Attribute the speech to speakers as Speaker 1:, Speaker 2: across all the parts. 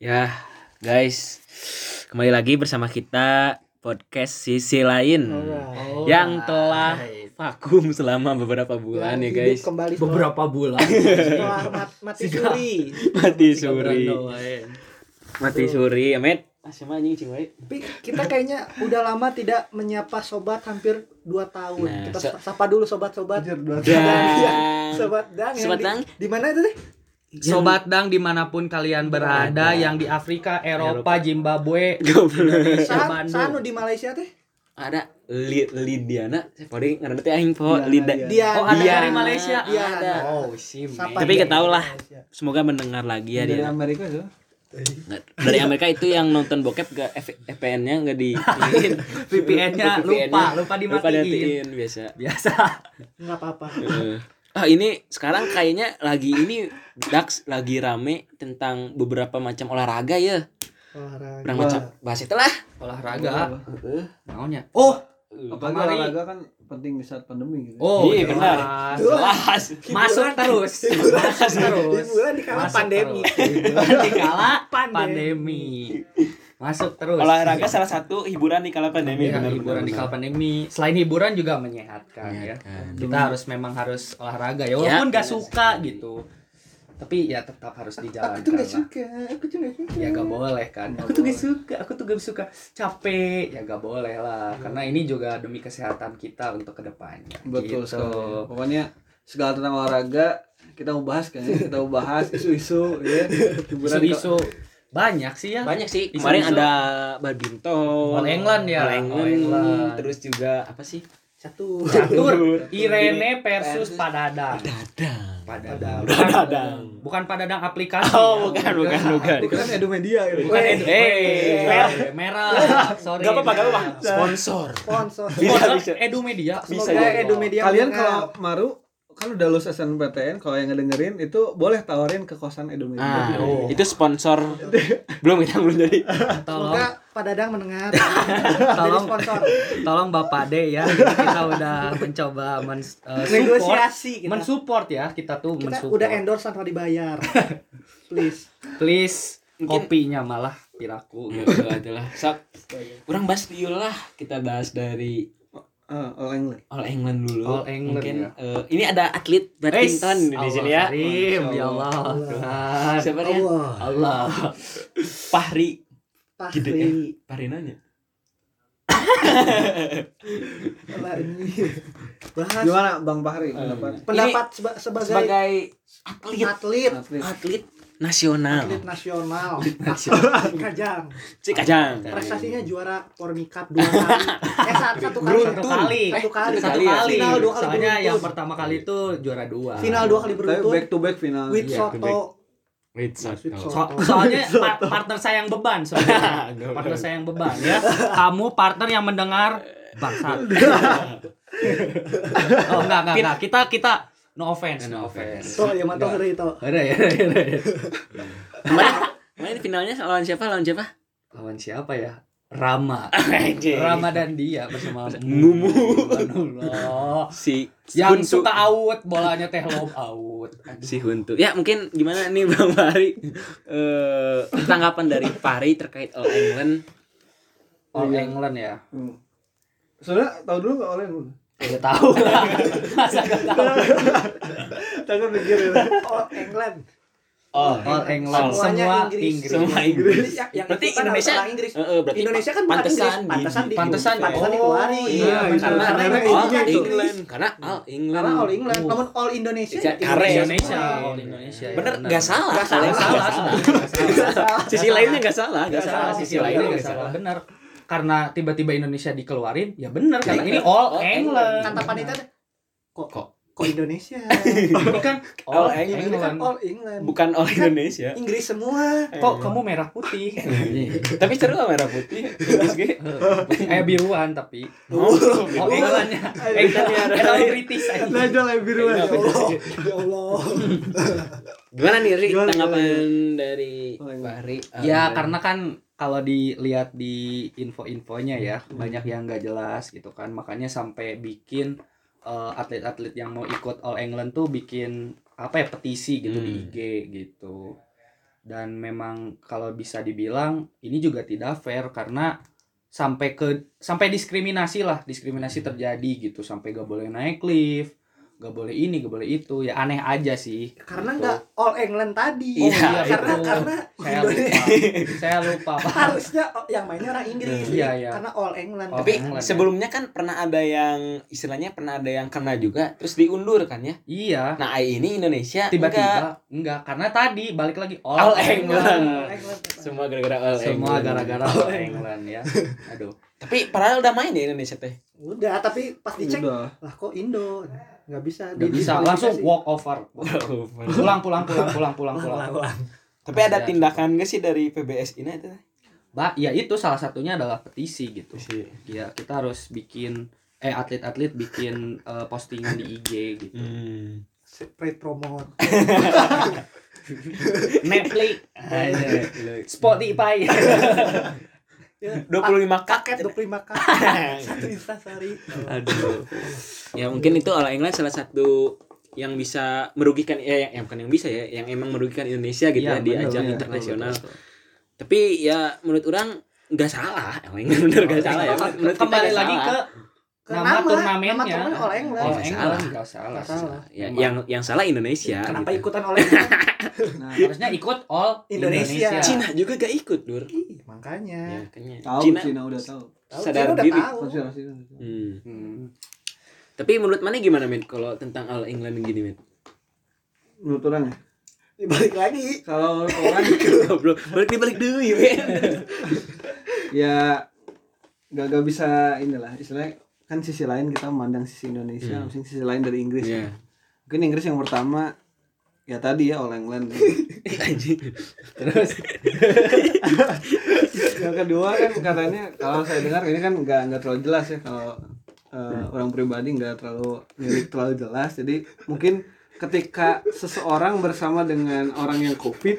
Speaker 1: Ya, guys. Kembali lagi bersama kita podcast sisi lain
Speaker 2: Oh,
Speaker 3: Oh,
Speaker 2: Alright.
Speaker 1: yang telah vakum selama beberapa bulan ya,
Speaker 2: Yang hidup
Speaker 1: guys.
Speaker 2: Oh, Iya, Kembali setelah,
Speaker 3: beberapa bulan
Speaker 2: setelah mat- mati
Speaker 3: Siga.
Speaker 2: suri.
Speaker 1: Mati
Speaker 3: Tiga bulan
Speaker 1: suri.
Speaker 3: doang.
Speaker 1: Mati suri, ya, Amet. Asma anjing cing wae.
Speaker 2: Tapi kita kayaknya udah lama tidak menyapa sobat hampir 2 tahun.
Speaker 1: Nah,
Speaker 2: kita
Speaker 1: so-
Speaker 2: sapa dulu sobat-sobat.
Speaker 1: Dan
Speaker 2: Sobat Dang. yang
Speaker 1: Sobat
Speaker 2: di-
Speaker 1: Dang.
Speaker 2: Di mana itu deh?
Speaker 3: Sobat Dang dimanapun kalian berada yang di Afrika, Eropa, Zimbabwe,
Speaker 1: Goblok.
Speaker 3: Indonesia,
Speaker 2: Sa- Sanu
Speaker 3: Bandung.
Speaker 2: di Malaysia teh.
Speaker 1: ada Li- Lidiana, Pori ngarana teh aing po
Speaker 4: Lidiana,
Speaker 1: Lidiana.
Speaker 2: Dia
Speaker 3: Oh, ada
Speaker 1: Dia.
Speaker 3: dari Malaysia.
Speaker 2: Iya, ada.
Speaker 4: Oh, sim.
Speaker 2: Sapa
Speaker 1: Tapi
Speaker 2: dia
Speaker 1: nggak tahu
Speaker 2: di
Speaker 1: lah.
Speaker 2: Malaysia.
Speaker 1: Semoga mendengar lagi ya
Speaker 4: Dari
Speaker 1: dia.
Speaker 4: Amerika tuh.
Speaker 1: Nggak- Dari Amerika itu yang nonton bokep gak F- FPN-nya nggak di
Speaker 3: VPN-nya lupa, lupa
Speaker 1: lupa
Speaker 3: dimatiin.
Speaker 1: dimatiin biasa.
Speaker 3: Biasa.
Speaker 2: Enggak apa-apa.
Speaker 1: Eh, ah ini sekarang kayaknya lagi ini Dax lagi rame tentang beberapa macam olahraga ya.
Speaker 2: Olahraga.
Speaker 1: Berang macam bahas itulah.
Speaker 3: Olahraga.
Speaker 1: Heeh.
Speaker 3: Maunya. Oh,
Speaker 4: Apalagi
Speaker 3: Kemarin.
Speaker 4: olahraga kan penting di saat pandemi gitu.
Speaker 3: oh,
Speaker 1: Iya,
Speaker 3: jelas.
Speaker 1: benar. Jelas.
Speaker 3: Masuk terus. Masuk terus.
Speaker 2: Hiburan di kala
Speaker 3: Masuk
Speaker 2: pandemi.
Speaker 3: terus. Di kala
Speaker 2: Pandemi.
Speaker 3: pandemi. Masuk terus.
Speaker 1: Olahraga salah satu hiburan di kala pandemi.
Speaker 3: Ya,
Speaker 1: benar, benar,
Speaker 3: hiburan di
Speaker 1: benar.
Speaker 3: kala pandemi. Selain hiburan juga menyehatkan ya.
Speaker 1: Menyehatkan.
Speaker 3: Kita harus memang harus olahraga ya walaupun
Speaker 1: Ya,
Speaker 3: nggak
Speaker 1: benar
Speaker 3: suka gitu. Tapi ya tetap harus dijalankan.
Speaker 2: Aku tuh gak
Speaker 3: lah.
Speaker 2: suka. Aku tuh gak suka.
Speaker 3: Ya gak boleh kan.
Speaker 2: Nggak
Speaker 3: Aku tuh gak
Speaker 2: boleh.
Speaker 3: suka, aku tuh gak suka capek. Ya gak boleh
Speaker 1: Iya.
Speaker 3: lah. Karena ini juga demi kesehatan kita untuk kedepannya. gitu.
Speaker 4: Betul sekali. Pokoknya segala tentang olahraga kita mau bahas kan ya. Kita mau bahas isu-isu ya. Hiburan di-
Speaker 3: Isu-isu banyak sih ya.
Speaker 1: Banyak sih.
Speaker 3: Bisa,
Speaker 1: Kemarin
Speaker 3: bisa.
Speaker 1: ada badminton.
Speaker 3: All England ya.
Speaker 1: All
Speaker 3: All
Speaker 1: England.
Speaker 3: England.
Speaker 1: Terus juga apa sih?
Speaker 2: Satu.
Speaker 3: Catur Irene versus
Speaker 4: Versus
Speaker 3: Padadang.
Speaker 1: Dadang.
Speaker 3: Padadang.
Speaker 1: Padadang.
Speaker 3: Bukan Padadang aplikasi.
Speaker 1: Oh, bukan, bukan, bukan.
Speaker 4: Bukan edu media gitu.
Speaker 3: Bukan
Speaker 2: Eh,
Speaker 3: edu-
Speaker 1: eh,
Speaker 3: merah, merah. Sorry.
Speaker 1: Gak apa-apa, gak apa-apa.
Speaker 3: merah.
Speaker 1: Sponsor.
Speaker 2: Sponsor.
Speaker 1: Bisa,
Speaker 3: Sponsor
Speaker 1: bisa.
Speaker 3: Edu Media.
Speaker 1: Bisa
Speaker 2: Semoga
Speaker 1: jadi.
Speaker 2: Edu Media
Speaker 4: Kalian
Speaker 2: mendengar.
Speaker 4: kalau maru kan udah lulus SNPTN kalau yang ngedengerin itu boleh tawarin ke kosan edu
Speaker 1: Ah,
Speaker 4: media.
Speaker 3: Oh.
Speaker 1: itu sponsor. belum kita belum jadi.
Speaker 3: Tolong,
Speaker 2: Semoga Pak Dadang mendengar. Jadi
Speaker 3: Tolong.
Speaker 2: sponsor.
Speaker 3: tolong Bapak D ya. Kita udah mencoba men eh, support,
Speaker 2: Negosiasi kita.
Speaker 3: mensupport ya. Kita
Speaker 2: Kita
Speaker 3: tuh mensupport.
Speaker 2: udah endorse tanpa dibayar. Please.
Speaker 3: Please
Speaker 1: Mungkin-
Speaker 3: kopinya malah piraku.
Speaker 1: Ya, udah, itulah. Sok. Kurang bahas dulu lah. Kita bahas dari
Speaker 4: Ah, all England.
Speaker 1: All England dulu.
Speaker 3: All England,
Speaker 1: Mungkin
Speaker 3: ya.
Speaker 1: eh, ini ada atlet badminton di sini ya.
Speaker 3: Karim, ya Allah.
Speaker 2: Allah.
Speaker 3: Tuhan.
Speaker 1: Siapa dia?
Speaker 2: Allah.
Speaker 3: Allah.
Speaker 1: Fahri. Gede ya.
Speaker 2: Pahri.
Speaker 1: Fahri nanya.
Speaker 2: Allah ini. Bahas
Speaker 4: Gimana Bang Fahri pendapat?
Speaker 2: pendapat seba- sebagai,
Speaker 1: Sebagai
Speaker 2: atlet.
Speaker 1: atlet Nah.
Speaker 2: atlet
Speaker 4: Atlet.
Speaker 1: atlet nasional.
Speaker 2: nasional. Kajang.
Speaker 1: Si Kajang.
Speaker 2: Prestasinya juara Pormi Cup dua kali. Eh satu, satu kali.
Speaker 3: Beruntun. Satu kali.
Speaker 2: Satu kali.
Speaker 1: Satu
Speaker 3: Satu
Speaker 1: kali ya,
Speaker 3: kali. iya.
Speaker 2: Final dua kali
Speaker 3: Soalnya yang
Speaker 2: beruntun.
Speaker 3: pertama kali itu juara dua.
Speaker 2: Final dua kali
Speaker 4: Tapi
Speaker 2: beruntun.
Speaker 4: back to back final.
Speaker 2: With
Speaker 3: Iya,
Speaker 2: Soto.
Speaker 1: Wait,
Speaker 2: With Soto.
Speaker 3: So- soalnya pa- partner saya yang beban soalnya. partner saya yang beban ya. Kamu partner yang mendengar bangsat. oh enggak enggak enggak. Kita kita no offense,
Speaker 1: No
Speaker 3: no
Speaker 1: offense.
Speaker 3: offense.
Speaker 2: So, yang Oh, iya, mantap
Speaker 3: Enggak.
Speaker 2: dari itu.
Speaker 3: Ada ya, ada, ada, ada.
Speaker 1: Kemarin, kemarin finalnya lawan siapa? Lawan siapa?
Speaker 3: Lawan siapa ya? Rama.
Speaker 1: Anjing.
Speaker 3: Rama dan dia bersama
Speaker 1: Mumu.
Speaker 3: Aduh,
Speaker 1: si
Speaker 3: yang
Speaker 1: Huntu.
Speaker 3: suka out bolanya teh lob out.
Speaker 1: si Huntu. Ya mungkin gimana nih Bang Fahri eh tanggapan dari Fahri terkait All England
Speaker 3: All
Speaker 4: Iya.
Speaker 3: England ya.
Speaker 4: Hmm. Saudara tahu dulu nggak all England?
Speaker 3: Udah tahu lah. Masa gak tahu?
Speaker 4: Takut mikir ya.
Speaker 2: Oh, England.
Speaker 1: All,
Speaker 3: Oh, All England
Speaker 2: Semuanya
Speaker 3: semua
Speaker 2: Inggris.
Speaker 3: Inggris.
Speaker 1: semua Inggris.
Speaker 2: Yang- yang
Speaker 1: berarti
Speaker 2: ikutan
Speaker 1: Indonesia
Speaker 2: orang Inggris.
Speaker 1: Eh, eh, berarti
Speaker 2: Indonesia kan bukan
Speaker 1: pantesan
Speaker 2: Inggris, pantesan di-
Speaker 3: Pantesan,
Speaker 2: pantesan
Speaker 3: oh,
Speaker 2: dikeluarin.
Speaker 3: iya,
Speaker 2: Karena-
Speaker 3: benar.
Speaker 2: karena
Speaker 3: Karena
Speaker 2: Inggris.
Speaker 1: iya, All
Speaker 4: Inggris.
Speaker 1: England Uh. karena All England.
Speaker 2: Karena All England, namun All Indonesia.
Speaker 1: Iya,
Speaker 2: ya tim
Speaker 1: kare.
Speaker 3: Indonesia,
Speaker 2: semua.
Speaker 3: All Indonesia. ya,
Speaker 1: Bener nggak salah.
Speaker 2: Nggak salah,
Speaker 1: Nggak
Speaker 3: salah, salah. Nggak salah.
Speaker 1: Sisi lainnya nggak salah, nggak
Speaker 3: Nggak
Speaker 1: salah.
Speaker 3: salah,
Speaker 1: Sisi
Speaker 3: sisi
Speaker 1: lainnya
Speaker 3: lainnya nggak
Speaker 1: nggak salah.
Speaker 3: salah. Bener. Karena tiba-tiba Indonesia dikeluarin, ya bener.
Speaker 1: Ya
Speaker 3: Karena
Speaker 1: bener.
Speaker 3: ini All
Speaker 1: All
Speaker 3: England.
Speaker 2: Kata panitia deh, kok
Speaker 1: Kok?
Speaker 2: kok Indonesia.
Speaker 3: Ini kan
Speaker 1: All
Speaker 3: All
Speaker 1: England.
Speaker 2: Ini kan
Speaker 3: England.
Speaker 2: All England.
Speaker 1: Bukan All Indonesia.
Speaker 2: Inggris semua.
Speaker 3: Kok kamu merah putih?
Speaker 1: Tapi seru lah merah putih. Inggris gue.
Speaker 3: eh biruan tapi.
Speaker 1: Oh,
Speaker 3: Oh, Englandnya. Englandnya. England British aja.
Speaker 4: Najwa lebih biruan.
Speaker 1: Ya
Speaker 2: Ya Allah. Ya Allah.
Speaker 1: Gimana nih Ri
Speaker 4: Gimana,
Speaker 1: tanggapan dari
Speaker 4: Oh, iya.
Speaker 1: Fahri?
Speaker 3: Ya karena kan kalau dilihat di info-infonya ya banyak yang nggak jelas gitu kan makanya sampai bikin eh, atlet-atlet yang mau ikut All England tuh bikin apa ya petisi gitu di
Speaker 1: Hmm.
Speaker 3: IG gitu dan memang kalau bisa dibilang ini juga tidak fair karena sampai ke sampai diskriminasi lah diskriminasi terjadi gitu sampai gak boleh naik lift gak boleh ini gak boleh itu ya aneh aja sih
Speaker 2: karena
Speaker 3: Gitu.
Speaker 2: nggak all England
Speaker 1: Oh,
Speaker 2: tadi
Speaker 1: iya,
Speaker 2: karena
Speaker 3: itu.
Speaker 2: karena
Speaker 3: saya
Speaker 2: Indonesia-
Speaker 3: lupa
Speaker 1: kan.
Speaker 3: saya lupa Pak.
Speaker 2: harusnya o- yang mainnya orang Inggris
Speaker 3: Iya, iya.
Speaker 2: karena all England
Speaker 3: All
Speaker 1: Tapi
Speaker 3: England, ya.
Speaker 1: sebelumnya kan pernah ada yang istilahnya pernah ada yang kena juga terus diundur kan ya.
Speaker 3: iya
Speaker 1: Nah, AI ini Indonesia enggak.
Speaker 3: tiba-tiba enggak. karena tadi balik lagi "Oh,
Speaker 1: All
Speaker 3: all,
Speaker 1: England.
Speaker 2: All England.
Speaker 1: semua gara-gara all
Speaker 3: semua
Speaker 1: England.
Speaker 3: gara-gara all England ya aduh
Speaker 1: Tapi padahal udah main ya Indonesia teh.
Speaker 2: udah tapi pas dicek
Speaker 4: Udah.
Speaker 2: lah kok Indo nggak bisa
Speaker 3: nggak bisa langsung walk over
Speaker 1: Oh,
Speaker 3: pulang pulang pulang pulang pulang pulang
Speaker 1: Tapi ada tindakan gak sih dari PBS ini itu?
Speaker 3: Ba, ya itu salah satunya adalah petisi gitu. Ya kita harus bikin eh atlet-atlet bikin eh, postingan di IG gitu.
Speaker 1: Hmm.
Speaker 2: trade promote
Speaker 3: Netflix, eh, Spotify.
Speaker 1: Dua puluh lima
Speaker 2: Ah, kaket
Speaker 1: kaket.
Speaker 2: 25 kaket satu instasari
Speaker 3: Aduh.
Speaker 1: Ya mungkin itu All England salah satu yang bisa merugikan ya yang, yang bukan yang bisa ya yang emang merugikan Indonesia gitu ya, di
Speaker 3: bener,
Speaker 1: ajang
Speaker 3: bener,
Speaker 1: internasional.
Speaker 3: betul, betul.
Speaker 1: Tapi ya menurut orang nggak salah, All England bener nggak
Speaker 3: All
Speaker 1: salah ya.
Speaker 3: England.
Speaker 1: Menurut kita
Speaker 3: Oh, Kembali
Speaker 1: nggak
Speaker 3: lagi
Speaker 1: salah.
Speaker 3: ke
Speaker 2: Ke
Speaker 3: Nama Oh, turnamennya.
Speaker 2: nama turnamen all England
Speaker 3: All
Speaker 1: Nggak
Speaker 3: England
Speaker 1: salah.
Speaker 3: nggak salah.
Speaker 2: Nggak salah.
Speaker 1: ya, yang yang salah Indonesia.
Speaker 2: kenapa
Speaker 1: gitu.
Speaker 2: ikutan all England
Speaker 4: Nah,
Speaker 3: Harusnya ikut all Indonesia.
Speaker 2: Indonesia.
Speaker 3: ya?
Speaker 1: Cina juga gak ikut, Dur.
Speaker 2: Ih, makanya
Speaker 1: Ya, kayaknya.
Speaker 4: tahu Cina.
Speaker 1: Cina.
Speaker 4: udah tahu.
Speaker 2: Tahu,
Speaker 1: Sadar
Speaker 2: Cina udah
Speaker 1: diri.
Speaker 2: tahu.
Speaker 4: Konspirasi. konspirasi.
Speaker 1: Hmm.
Speaker 3: Hmm.
Speaker 1: Tapi menurut mana gimana, Min? Kalau tentang All England gini, Min?
Speaker 4: Menurut orang ya.
Speaker 2: balik lagi
Speaker 4: Kalau orang
Speaker 1: Goblok. Balik dibalik dulu ya, Min.
Speaker 4: ya gak, gak bisa inilah istilahnya kan sisi lain kita memandang sisi Indonesia
Speaker 1: Hmm.
Speaker 4: langsung sisi lain dari Inggris
Speaker 1: Iya.
Speaker 4: mungkin Inggris yang pertama ya tadi ya All England
Speaker 1: Anjing.
Speaker 3: Terus
Speaker 4: yang kedua kan katanya kalau saya dengar ini kan nggak nggak terlalu jelas ya kalau eh, orang pribadi nggak terlalu milik terlalu jelas jadi mungkin ketika seseorang bersama dengan orang yang covid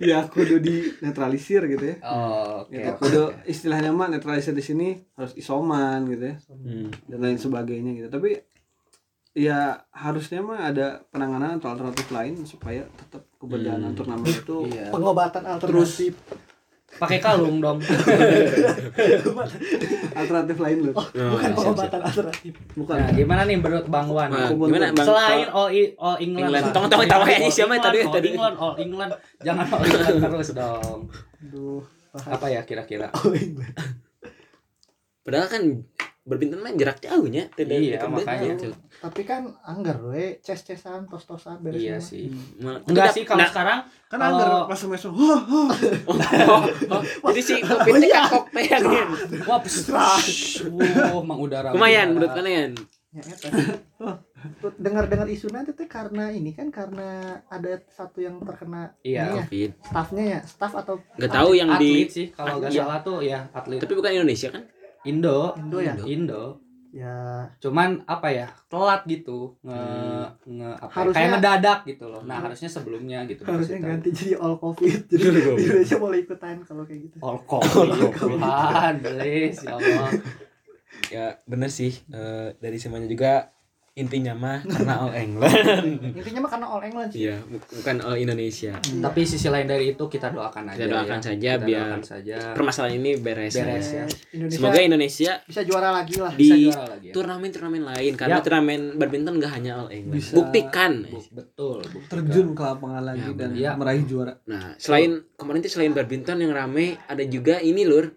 Speaker 4: ya kudu dinetralisir gitu ya
Speaker 3: oh, oke.
Speaker 4: Gitu,
Speaker 3: oke,
Speaker 4: kudu
Speaker 3: oke.
Speaker 4: istilahnya mah netralisir di sini harus isoman gitu ya
Speaker 1: Hmm.
Speaker 4: dan lain sebagainya gitu tapi ya harusnya mah ada penanganan atau alternatif lain supaya tetap keberdayaannya
Speaker 1: Hmm.
Speaker 4: turnamen itu
Speaker 3: Iya.
Speaker 2: pengobatan alternatif
Speaker 3: Pakai kalung dong.
Speaker 4: alternatif lain loh
Speaker 2: bukan
Speaker 1: Oh, siap, siap.
Speaker 2: pengobatan alternatif
Speaker 4: bukan
Speaker 3: Nah, gimana nih menurut Bang Wan?
Speaker 1: Nah,
Speaker 4: Aku
Speaker 1: gimana, Bang?
Speaker 3: Kan Selain all, I- all England.
Speaker 1: England.
Speaker 3: lah.
Speaker 1: Tong- tong- tong,
Speaker 3: All
Speaker 1: ini siapa
Speaker 3: England,
Speaker 1: tadi?
Speaker 3: All
Speaker 1: Tadi.
Speaker 3: England, all England. Jangan all England terus dong.
Speaker 2: aduh
Speaker 3: Apa ya kira-kira?
Speaker 2: all England
Speaker 1: Padahal kan berbintang main jarak jauhnya. Tidak
Speaker 3: Iya,
Speaker 1: tidak
Speaker 3: makanya.
Speaker 1: jauh.
Speaker 2: tapi kan anggar we ces-cesan tos-tosan beres
Speaker 3: Iya
Speaker 2: semua.
Speaker 3: sih.
Speaker 1: Malah-
Speaker 3: Enggak
Speaker 1: Tidak-
Speaker 3: sih kalau
Speaker 1: Nah,
Speaker 3: sekarang
Speaker 4: kan
Speaker 3: Kalau-
Speaker 4: anggar pas semester huh, huh.
Speaker 1: oh, oh, oh. Jadi si covid
Speaker 3: Iya.
Speaker 1: teh kakok teh ya, Min.
Speaker 3: wah uh, psst, wah mengudara.
Speaker 1: Nah. Lumayan menurut mana ya?
Speaker 2: ya eta dengar-dengar isu nanti teh karena ini kan karena ada satu yang terkena ini
Speaker 3: Iya.
Speaker 2: ya,
Speaker 1: Covid.
Speaker 2: staffnya ya staff atau
Speaker 1: Enggak tahu yang di
Speaker 3: atlet sih kalau nggak
Speaker 1: Iya.
Speaker 3: salah tuh ya atlet
Speaker 1: tapi bukan Indonesia kan?
Speaker 3: Indo.
Speaker 2: Indo ya
Speaker 3: Indo.
Speaker 2: ya
Speaker 3: Cuman apa ya? Telat gitu. Nge,
Speaker 1: Hmm.
Speaker 3: nge apa ya,
Speaker 2: Harusnya-
Speaker 3: kayak mendadak gitu loh. Nah, harusnya sebelumnya gitu.
Speaker 2: harusnya
Speaker 3: dikasih tahu.
Speaker 2: ganti jadi all covid jadi
Speaker 1: Betul.
Speaker 2: Indonesia boleh ikutan kalau kayak gitu
Speaker 3: All Covid. Tuhan, please ya Allah.
Speaker 1: Ya bener sih Eh, dari semuanya juga intinya mah karena all England.
Speaker 2: intinya mah karena all England sih
Speaker 1: Iya, bu- bukan all Indonesia.
Speaker 3: Tapi sisi lain dari itu kita
Speaker 1: Hmm.
Speaker 3: doakan aja.
Speaker 1: Kita doakan
Speaker 3: ya.
Speaker 1: saja
Speaker 3: Kita
Speaker 1: biar
Speaker 3: doakan saja.
Speaker 1: permasalahan ini Iya, beres.
Speaker 3: Ya. Beres. ya.
Speaker 2: Indonesia
Speaker 1: Semoga Indonesia
Speaker 2: bisa juara lagi lah
Speaker 3: Bisa
Speaker 1: di
Speaker 3: juara lagi. ya.
Speaker 1: turnamen-turnamen lain karena
Speaker 3: Ya.
Speaker 1: turnamen badminton gak hanya all England.
Speaker 4: Bisa-
Speaker 1: Buktikan.
Speaker 3: Bu- betul. buktikan.
Speaker 4: terjun ke lapangan lagi
Speaker 1: Ya,
Speaker 4: dan
Speaker 3: iya.
Speaker 4: meraih juara
Speaker 1: Nah, selain kemarin tuh selain badminton yang rame ada juga ini lur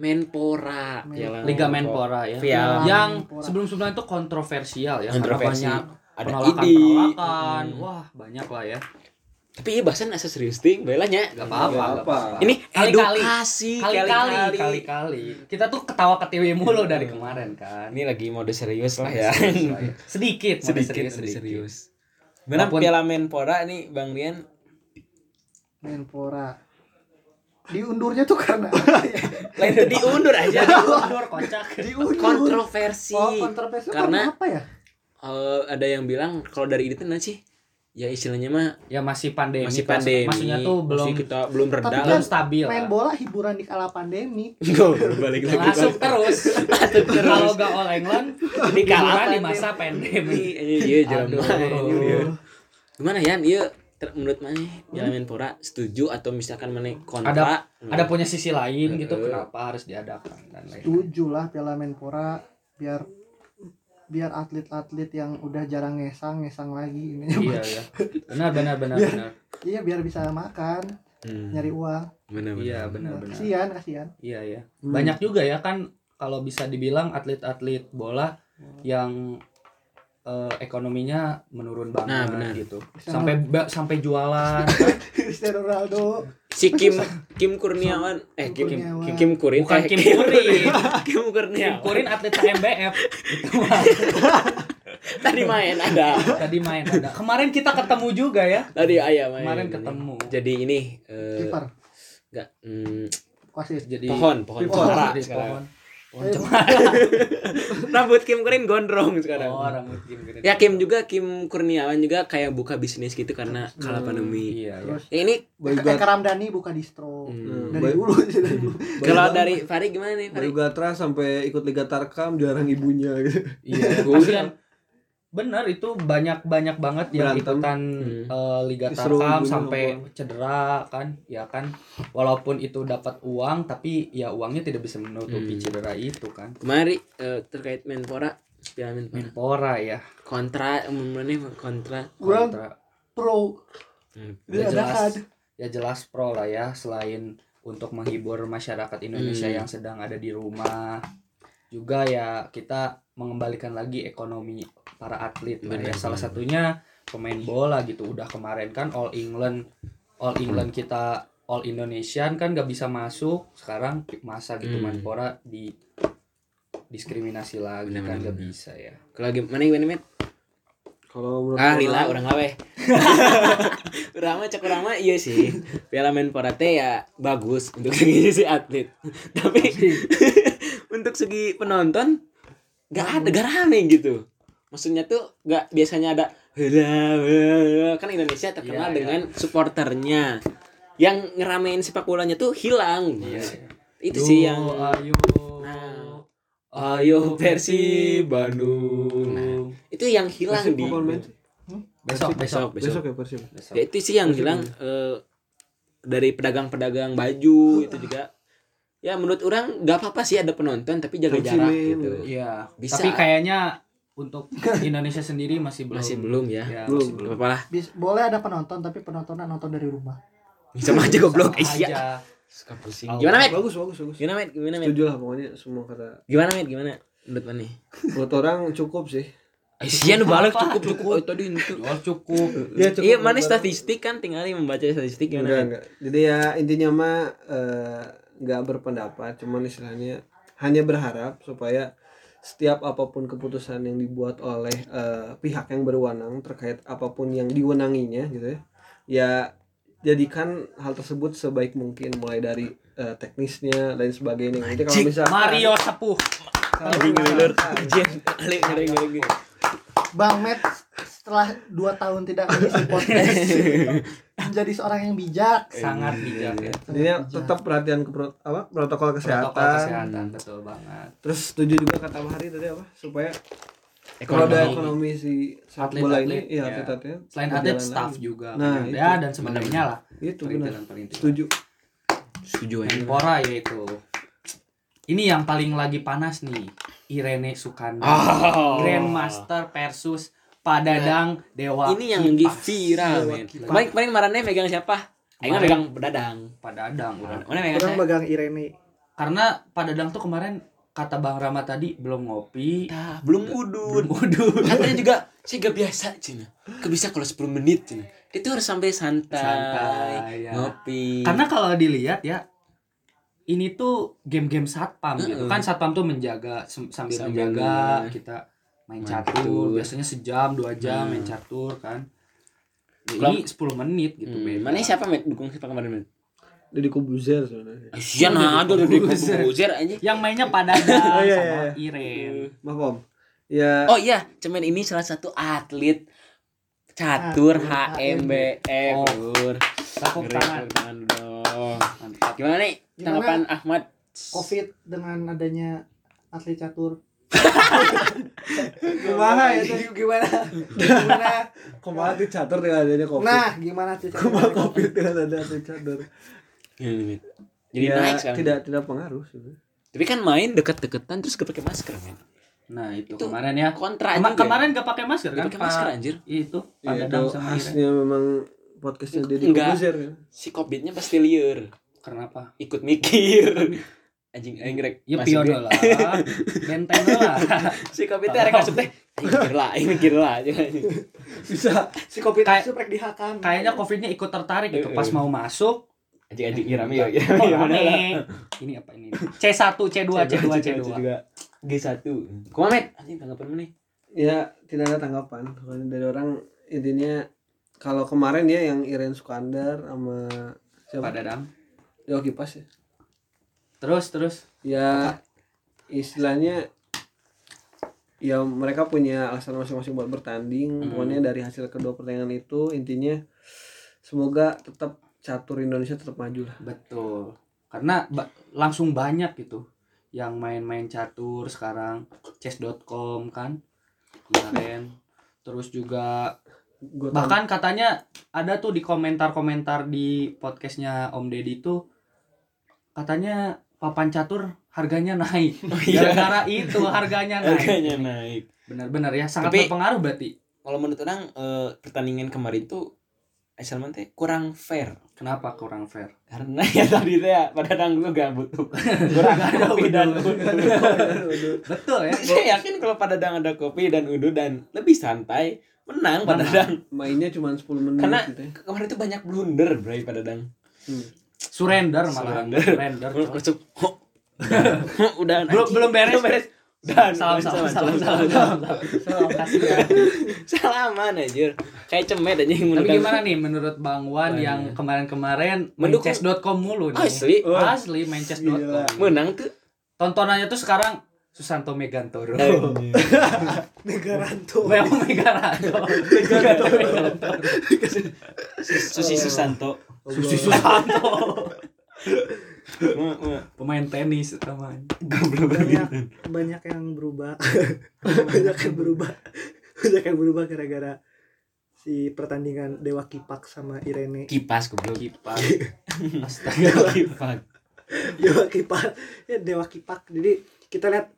Speaker 1: Menpora.
Speaker 2: Men-
Speaker 1: Piala
Speaker 3: Liga Menpora ya.
Speaker 1: Piala
Speaker 3: Yang
Speaker 2: Menpora.
Speaker 3: sebelum-sebelumnya itu kontroversial ya. karena
Speaker 1: Kontroversi.
Speaker 3: Banyak
Speaker 1: Ada
Speaker 3: penolakan,
Speaker 1: ide.
Speaker 3: penolakan.
Speaker 1: Hmm.
Speaker 3: Wah, banyak lah ya.
Speaker 1: Tapi iya bahasan asa serius ting, bailanya.
Speaker 3: Gak apa-apa.
Speaker 4: Nggak
Speaker 3: nggak apa-apa.
Speaker 1: Ini
Speaker 3: Kali-kali.
Speaker 1: edukasi
Speaker 3: Kali-kali, kali-kali. Kita tuh ketawa ketiwi mulu dari kemarin
Speaker 1: Hmm.
Speaker 3: kan.
Speaker 1: Ini lagi mode serius lah ya.
Speaker 3: Serius lah ya. Sedikit, mau
Speaker 1: sedikit
Speaker 3: serius,
Speaker 1: serius.
Speaker 3: sedikit.
Speaker 1: serius. Benar
Speaker 3: Walaupun-
Speaker 1: Piala Menpora nih Bang Rian
Speaker 2: Menpora diundurnya tuh karena
Speaker 1: lain diundur aja.
Speaker 3: Mundur, kocak.
Speaker 2: diundur
Speaker 1: kontroversi.
Speaker 2: oh kontroversi
Speaker 1: Karena-
Speaker 2: karena apa ya
Speaker 1: Eh, ada yang bilang kalau dari itu nanti sih ya istilahnya mah
Speaker 3: Ya masih pandemi.
Speaker 1: masih
Speaker 3: kelas-
Speaker 1: pandemi.
Speaker 3: Maksudnya tuh
Speaker 1: Masih
Speaker 3: belum
Speaker 1: kita belum reda.
Speaker 2: Tapi
Speaker 3: belum stabil.
Speaker 2: main
Speaker 3: lah.
Speaker 2: bola hiburan di kala pandemi
Speaker 1: Go, balik lagi. balik.
Speaker 3: Masuk terus. Kalau gak all England,
Speaker 1: Di kalah
Speaker 3: hiburan di
Speaker 1: pandemi.
Speaker 3: masa pandemi.
Speaker 1: Iya, iya, iya,
Speaker 3: Aduh.
Speaker 1: jelema, iya, iya. Gimana Yan? Iya ter- menurut mana Piala Menpora setuju atau misalkan mana kontra?
Speaker 3: ada punya sisi lain gitu
Speaker 1: Heeh.
Speaker 3: kenapa harus diadakan dan lain
Speaker 2: setuju lah Piala Menpora biar biar atlet-atlet yang udah jarang ngesang ngesang lagi ini
Speaker 3: iya iya benar benar benar
Speaker 2: Iya.
Speaker 3: benar
Speaker 2: iya biar bisa makan
Speaker 1: Hmm,
Speaker 2: nyari uang
Speaker 1: bener, bener.
Speaker 3: iya benar benar
Speaker 2: kasihan kasihan
Speaker 3: iya iya
Speaker 4: Hmm.
Speaker 3: banyak juga ya kan kalau bisa dibilang atlet-atlet bola yang eh, ekonominya menurun banget
Speaker 1: Nah, benar.
Speaker 3: gitu
Speaker 2: Bisa
Speaker 3: sampai ba- sampai jualan
Speaker 2: Cristiano Ronaldo
Speaker 1: Si Kim Kim Kurniawan eh Kim Kim,
Speaker 2: Kurniawan.
Speaker 1: Kim, Kim Kurin
Speaker 3: bukan
Speaker 1: eh,
Speaker 3: Kim Kurin
Speaker 1: Kim
Speaker 3: Kim
Speaker 1: Kurniawan
Speaker 3: Kurin atlet HMBF itu mah
Speaker 1: tadi main ada
Speaker 3: tadi main ada kemarin kita ketemu juga ya
Speaker 1: tadi ayam main
Speaker 3: kemarin
Speaker 1: Ini.
Speaker 3: ketemu
Speaker 1: jadi ini eh,
Speaker 2: kiper
Speaker 1: nggak hmm,
Speaker 2: wasit
Speaker 3: jadi
Speaker 1: pohon pohon
Speaker 4: Pohon.
Speaker 1: cemara
Speaker 3: Jadi
Speaker 1: sekarang
Speaker 3: pohon
Speaker 2: Eh,
Speaker 1: pohon cemara rambut Kim Kurin gondrong sekarang
Speaker 3: oh rambut Kim Kurin
Speaker 1: ya Kim juga Kim Kurniawan juga kayak buka bisnis gitu karena kala
Speaker 4: Hmm.
Speaker 1: pandemi
Speaker 3: iya iya.
Speaker 2: terus
Speaker 1: ya, ini
Speaker 2: eh,
Speaker 4: Boygat
Speaker 2: Karamdani buka distro
Speaker 1: hmm,
Speaker 2: dari
Speaker 4: Boy-
Speaker 2: dulu sih, dari dulu
Speaker 1: kalau dari Fari gimana nih Fari
Speaker 4: Bayu Gatra sampai ikut Liga Tarkam jarang ibunya gitu.
Speaker 3: Iya,
Speaker 1: Gua udah-
Speaker 3: kasihan. Bener itu banyak banyak banget yang
Speaker 4: Berantem.
Speaker 3: ikutan
Speaker 1: Hmm.
Speaker 3: eh, Liga
Speaker 4: Disuruh
Speaker 3: Tarkam
Speaker 4: ibunya
Speaker 3: sampai
Speaker 4: ngomong.
Speaker 3: cedera kan, ya kan. Walaupun itu dapat uang tapi ya uangnya tidak bisa menutupi
Speaker 1: Hmm.
Speaker 3: cedera itu kan.
Speaker 1: kemari eh, terkait Menpora Piala Menpora
Speaker 3: Menpora ya
Speaker 1: kontra umumnya kontra
Speaker 2: Kurang
Speaker 3: kontra.
Speaker 2: pro kan.
Speaker 1: Hmm.
Speaker 3: Ya
Speaker 2: diadakan
Speaker 3: jelas, ya jelas pro lah ya selain untuk menghibur masyarakat Indonesia
Speaker 1: Hmm.
Speaker 3: yang sedang ada di rumah juga ya kita mengembalikan lagi ekonomi para atlet lah ya
Speaker 1: Benar,
Speaker 3: salah
Speaker 1: benar.
Speaker 3: satunya pemain bola gitu udah kemarin kan All England All
Speaker 1: Hmm.
Speaker 3: England kita All Indonesian kan gak bisa masuk sekarang masa gitu
Speaker 1: Hmm.
Speaker 3: Menpora di diskriminasi lagi
Speaker 1: Benar,
Speaker 3: kan
Speaker 1: benar,
Speaker 3: gak
Speaker 1: benar.
Speaker 3: bisa ya
Speaker 1: kalau gimana gimana Met?
Speaker 4: Kalau menurut
Speaker 1: ah
Speaker 4: orang-
Speaker 1: lila orang awe urang mah cek urang mah iya sih piala menpora teh ya bagus untuk segi si atlet tapi untuk segi penonton nggak ada gak rame gitu maksudnya tuh nggak biasanya ada "Hela, hela." kan Indonesia terkenal
Speaker 3: Iya, iya.
Speaker 1: dengan supporternya yang ngeramein sepak bolanya tuh hilang
Speaker 3: Iya.
Speaker 1: itu sih
Speaker 3: Duh, ah.
Speaker 1: yang
Speaker 3: ayo
Speaker 1: Nah. Ayo Persi Bandung. Nah, itu yang hilang
Speaker 4: Persib
Speaker 1: di
Speaker 4: mau main sih?
Speaker 3: besok besok
Speaker 1: besok besok
Speaker 4: Besok ya Persib.
Speaker 3: besok
Speaker 1: ya itu sih yang
Speaker 4: Masih
Speaker 1: hilang eh, dari pedagang-pedagang baju itu juga ya menurut orang nggak apa-apa sih ada penonton tapi jaga
Speaker 4: Tapi
Speaker 1: jarak
Speaker 4: sih,
Speaker 1: gitu
Speaker 3: Iya,
Speaker 1: Bisa.
Speaker 3: tapi kayaknya untuk Indonesia sendiri masih belum.
Speaker 1: masih belum ya
Speaker 3: Ya,
Speaker 4: Belum.
Speaker 3: masih
Speaker 1: Nggak apa-apa lah
Speaker 2: Bis- boleh ada penonton tapi penontonnya nonton dari rumah
Speaker 1: sama aja goblok Iya.
Speaker 3: Sama
Speaker 1: Asia
Speaker 3: aja.
Speaker 1: gimana met
Speaker 4: Bagus bagus bagus.
Speaker 1: gimana met gimana
Speaker 3: Iya,
Speaker 1: met
Speaker 4: Setuju lah pokoknya semua kata.
Speaker 1: gimana met gimana menurut mana
Speaker 4: Menurut orang cukup sih.
Speaker 1: Asia nu balik
Speaker 3: Apa?
Speaker 1: cukup cukup oh, tadi itu
Speaker 3: Oh, cukup.
Speaker 1: iya mana statistik kan tinggal membaca statistik
Speaker 4: Enggak,
Speaker 1: gimana Met?
Speaker 4: enggak. Jadi ya intinya mah eh, nggak berpendapat, cuman istilahnya hanya berharap supaya setiap apapun keputusan yang dibuat oleh eh, pihak yang berwenang terkait apapun yang diwenanginya gitu ya. Ya jadikan hal tersebut sebaik mungkin mulai dari eh, teknisnya dan sebagainya. Jadi kalau kan.
Speaker 1: Cik,
Speaker 4: misalkan
Speaker 3: Mario Sepuh.
Speaker 4: kalau
Speaker 1: Anjing ngelulur.
Speaker 4: misalkan-
Speaker 1: Anjing, alik, ngeri, ngeri, ngeri.
Speaker 2: Bang Matt setelah 2 tahun tidak mengisi podcast menjadi seorang yang bijak
Speaker 3: Sangat
Speaker 4: Iya,
Speaker 3: bijak ya.
Speaker 4: Jadinya tetap perhatian ke pro- apa, protokol kesehatan.
Speaker 3: Protokol kesehatan betul banget.
Speaker 4: Terus setuju juga kata Pak Hari tadi apa? Supaya kalau
Speaker 1: Ekonomi.
Speaker 4: ada ekonomi si sepak
Speaker 3: Atlet-atlet,
Speaker 4: bola ini
Speaker 3: ya.
Speaker 4: ya atlet-atletnya
Speaker 3: Selain
Speaker 4: berjalan
Speaker 3: atlet
Speaker 4: lagi.
Speaker 3: staff juga.
Speaker 4: Nah,
Speaker 3: kan.
Speaker 4: itu.
Speaker 3: ya dan sebagainya lah.
Speaker 4: itu benar
Speaker 3: Perintilan-perintilan.
Speaker 4: setuju
Speaker 1: setuju ya
Speaker 3: Menpora yaitu. Ini yang paling lagi panas nih. Irene Sukandi.
Speaker 1: Oh.
Speaker 3: Grandmaster versus Padadang Dewa.
Speaker 1: Nah, ini yang di
Speaker 3: Kipas.
Speaker 1: viral
Speaker 3: Dewa
Speaker 1: men
Speaker 3: Kipas.
Speaker 1: kemarin kemarin marane megang siapa Aing mah
Speaker 3: Kemarin.
Speaker 1: megang pedadang
Speaker 3: Padadang. udah.
Speaker 1: mana megang
Speaker 2: orang
Speaker 1: saya
Speaker 2: megang Irene
Speaker 3: Karena Padadang tuh kemarin kata Bang Rama tadi belum ngopi,
Speaker 1: Tah, Ya, belum udut
Speaker 3: belum udut.
Speaker 1: katanya juga saya gak biasa cina gak bisa kalau 10 menit cina itu harus sampai santai,
Speaker 3: Santai, ya.
Speaker 1: ngopi
Speaker 3: Karena kalau dilihat ya ini tuh game-game satpam gitu
Speaker 1: Mm-mm.
Speaker 3: kan satpam tuh menjaga sem- sambil,
Speaker 1: Sambil
Speaker 3: menjaga
Speaker 1: menjaga.
Speaker 3: kita main
Speaker 1: Main
Speaker 3: catur
Speaker 1: catur.
Speaker 3: biasanya sejam dua jam
Speaker 1: Hmm.
Speaker 3: main catur kan Ya,
Speaker 1: Kalau-
Speaker 3: ini 10 menit gitu
Speaker 1: Hmm,
Speaker 3: beda.
Speaker 1: mana siapa met dukung siapa kemarin met
Speaker 4: Deddy Kobuzer sebenarnya
Speaker 1: Asian
Speaker 3: Deddy
Speaker 1: aja di
Speaker 3: Corbuzier.
Speaker 1: Kobuzer aja
Speaker 3: yang mainnya Padadang
Speaker 4: Oh, iya,
Speaker 3: sama
Speaker 4: iya.
Speaker 3: Iren
Speaker 1: Mm.
Speaker 4: maaf om ya
Speaker 1: oh iya cemen ini salah satu atlet catur HMBF
Speaker 3: Oh.
Speaker 1: Bur.
Speaker 3: tepuk
Speaker 1: Ngeri,
Speaker 3: tangan
Speaker 1: tepuk tangan dong.
Speaker 3: mantap
Speaker 1: gimana nih
Speaker 2: Gimana?
Speaker 1: tanggapan Ahmad
Speaker 2: COVID dengan adanya atlet catur
Speaker 4: Kumaha ya teh?
Speaker 2: gimana gimana
Speaker 4: Kumaha tuh catur dengan adanya kopi.
Speaker 2: nah gimana tuh cara
Speaker 4: kumaha
Speaker 2: nyari
Speaker 4: kopi dengan adanya tuh catur.
Speaker 1: Iya, Jadi
Speaker 4: Ya,
Speaker 1: naik sekarang.
Speaker 4: Tidak tidak pengaruh sih.
Speaker 1: Tapi kan main deket-deketan terus gak pakai masker men.
Speaker 3: Nah, itu,
Speaker 1: Itu
Speaker 3: kemarin ya.
Speaker 1: Kontra
Speaker 3: Kema-
Speaker 1: juga.
Speaker 3: kemarin gak pakai masker
Speaker 1: Gak
Speaker 3: kan?
Speaker 1: pakai
Speaker 3: Pak-
Speaker 1: masker anjir.
Speaker 3: Itu, Pak
Speaker 4: Ya,
Speaker 3: Dadang
Speaker 4: itu
Speaker 3: sama Ira.
Speaker 4: khasnya memang podcastnya Deddy
Speaker 1: Enggak.
Speaker 4: Kobuzer kan?
Speaker 1: Si Covidnya pasti liar.
Speaker 3: Kenapa?
Speaker 1: Ikut mikir. Anjing aing rek.
Speaker 3: Ya
Speaker 1: masih
Speaker 3: piodo
Speaker 1: be-
Speaker 3: lah. Benteng lah.
Speaker 1: Si Covid teh rek asup teh. Aing "Eh, mikir lah, aing mikir lah.
Speaker 4: Bisa.
Speaker 2: si kopi
Speaker 3: Kayak-
Speaker 2: itu prek dihakan
Speaker 3: Kayaknya covidnya ikut tertarik gitu pas mau masuk.
Speaker 1: Anjing anjing irami ya.
Speaker 3: Oh,
Speaker 1: Irami ya mana lah.
Speaker 3: aneh. Ini apa ini? C1, C2, C2, C2.
Speaker 1: G1. Kumaha met? Anjing tanggapan mana?
Speaker 4: Ya, tidak ada tanggapan. Kalau dari orang intinya kalau kemarin ya yang Iren Sukandar sama
Speaker 3: Pak
Speaker 4: siapa?
Speaker 3: Dadang.
Speaker 4: Deo Kipas ya.
Speaker 3: Terus, terus.
Speaker 4: Ya istilahnya ya mereka punya alasan masing-masing buat bertanding.
Speaker 3: Hmm.
Speaker 4: Pokoknya dari hasil kedua pertandingan itu intinya semoga tetap catur Indonesia tetap maju lah.
Speaker 3: Betul. Karena ba- langsung banyak gitu yang main-main catur sekarang chess.com kan kemarin terus juga
Speaker 4: Gua tam-
Speaker 3: bahkan katanya ada tuh di komentar-komentar di podcastnya Om Deddy tuh katanya papan catur harganya naik
Speaker 1: Oh
Speaker 3: gara-gara itu harganya naik
Speaker 1: Harganya naik.
Speaker 3: benar-benar ya sangat
Speaker 1: Tapi-
Speaker 3: berpengaruh berarti
Speaker 1: Kalau menurut orang eh, pertandingan kemarin tuh Aisyah teh kurang fair
Speaker 3: kenapa kurang fair
Speaker 1: karena ya tadi teh ya, pada dang lu gak butuh kurang
Speaker 3: Gak ada
Speaker 1: kopi dan
Speaker 3: udut.
Speaker 1: udut.
Speaker 3: betul ya
Speaker 1: saya yakin kalau pada dang ada kopi dan udut dan lebih santai menang pada
Speaker 3: Menang.
Speaker 1: dang
Speaker 4: mainnya cuma 10 menit
Speaker 1: Karena-
Speaker 4: gitu ya.
Speaker 1: kemarin tuh banyak blunder bray pada dang
Speaker 4: Hmm.
Speaker 3: surrender malah
Speaker 1: Surrender.
Speaker 3: surrender coy.
Speaker 1: Masuk. Ho. udah
Speaker 3: belum
Speaker 1: anjing.
Speaker 3: belum beres
Speaker 1: beres
Speaker 3: salam
Speaker 1: dan
Speaker 3: salam salam salam salam salam kasih ya.
Speaker 1: salaman anjir kayak cemet aja yang
Speaker 3: tapi
Speaker 1: menekan.
Speaker 3: gimana nih menurut Bang
Speaker 1: Wah,
Speaker 3: Wan
Speaker 1: iya.
Speaker 3: yang kemarin-kemarin main
Speaker 1: Mendukung.
Speaker 3: chess.com mulu nih
Speaker 1: asli Iya.
Speaker 4: Wah.
Speaker 3: asli main chess.com
Speaker 4: Gila.
Speaker 1: menang tuh
Speaker 3: tontonannya tuh sekarang Susanto Megantoro
Speaker 1: Anjir.
Speaker 2: negaranto
Speaker 3: Memang Megarado Susanto Megantoro.
Speaker 1: Eh, Susi Susanto
Speaker 3: Susi Susanto
Speaker 1: Wah, wah.
Speaker 3: pemain tenis utamanya
Speaker 2: banyak banyak yang berubah banyak yang berubah banyak yang berubah gara-gara si pertandingan Dewa Kipak sama Irene
Speaker 1: kipas goblok
Speaker 3: kipas astaga
Speaker 1: kipas
Speaker 2: Dewa Kipak ya Dewa Kipak jadi kita lihat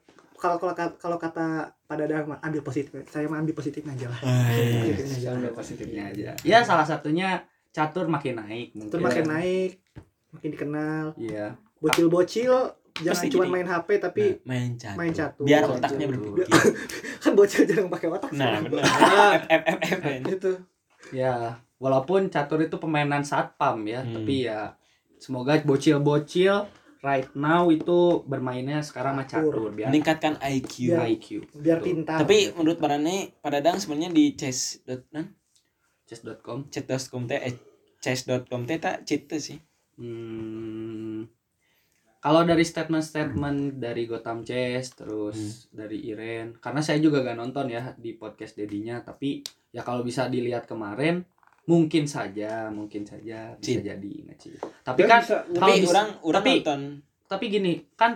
Speaker 2: kalau kalau kalau kata pada Dharma ambil positif saya mah ambil positifnya aja lah
Speaker 1: Ay.
Speaker 2: Positifnya aja.
Speaker 4: Ambil
Speaker 3: positifnya aja ya salah satunya catur makin naik mungkin
Speaker 2: Terus makin naik makin dikenal
Speaker 3: iya
Speaker 2: bocil-bocil jangan
Speaker 1: Pasti
Speaker 2: cuma
Speaker 1: gini.
Speaker 2: main HP tapi
Speaker 1: Nah, main catur.
Speaker 2: main catur.
Speaker 1: Biar
Speaker 3: Catur.
Speaker 1: otaknya berpikir.
Speaker 2: kan bocil jarang pakai otak
Speaker 1: Nah,
Speaker 2: sekarang.
Speaker 1: benar.
Speaker 4: Ah,
Speaker 1: F F F F.
Speaker 4: itu
Speaker 3: Ya, walaupun catur itu permainan satpam ya,
Speaker 1: Hmm.
Speaker 3: tapi ya semoga bocil-bocil right now itu bermainnya sekarang sama catur biar
Speaker 1: Meningkatkan IQ.
Speaker 2: Biar-
Speaker 3: IQ.
Speaker 2: biar
Speaker 3: Betul.
Speaker 2: pintar
Speaker 1: Tapi menurut Parane, Padadang sebenarnya di chess dot nan,
Speaker 3: Chess.com.
Speaker 1: chess.com teh eh, chess.com teh tak cita sih.
Speaker 3: Hmm. Kalau dari statement-statement dari Gotham Chess terus
Speaker 1: Hmm.
Speaker 3: dari Iren, karena saya juga gak nonton ya di podcast dedinya, tapi ya kalau bisa dilihat kemarin mungkin saja, mungkin saja
Speaker 1: Cheat.
Speaker 3: bisa jadi ngecit. Tapi kan Kalau
Speaker 1: Tapi Iya,
Speaker 3: bisa-
Speaker 1: orang orang
Speaker 3: tapi-
Speaker 1: nonton.
Speaker 3: tapi gini kan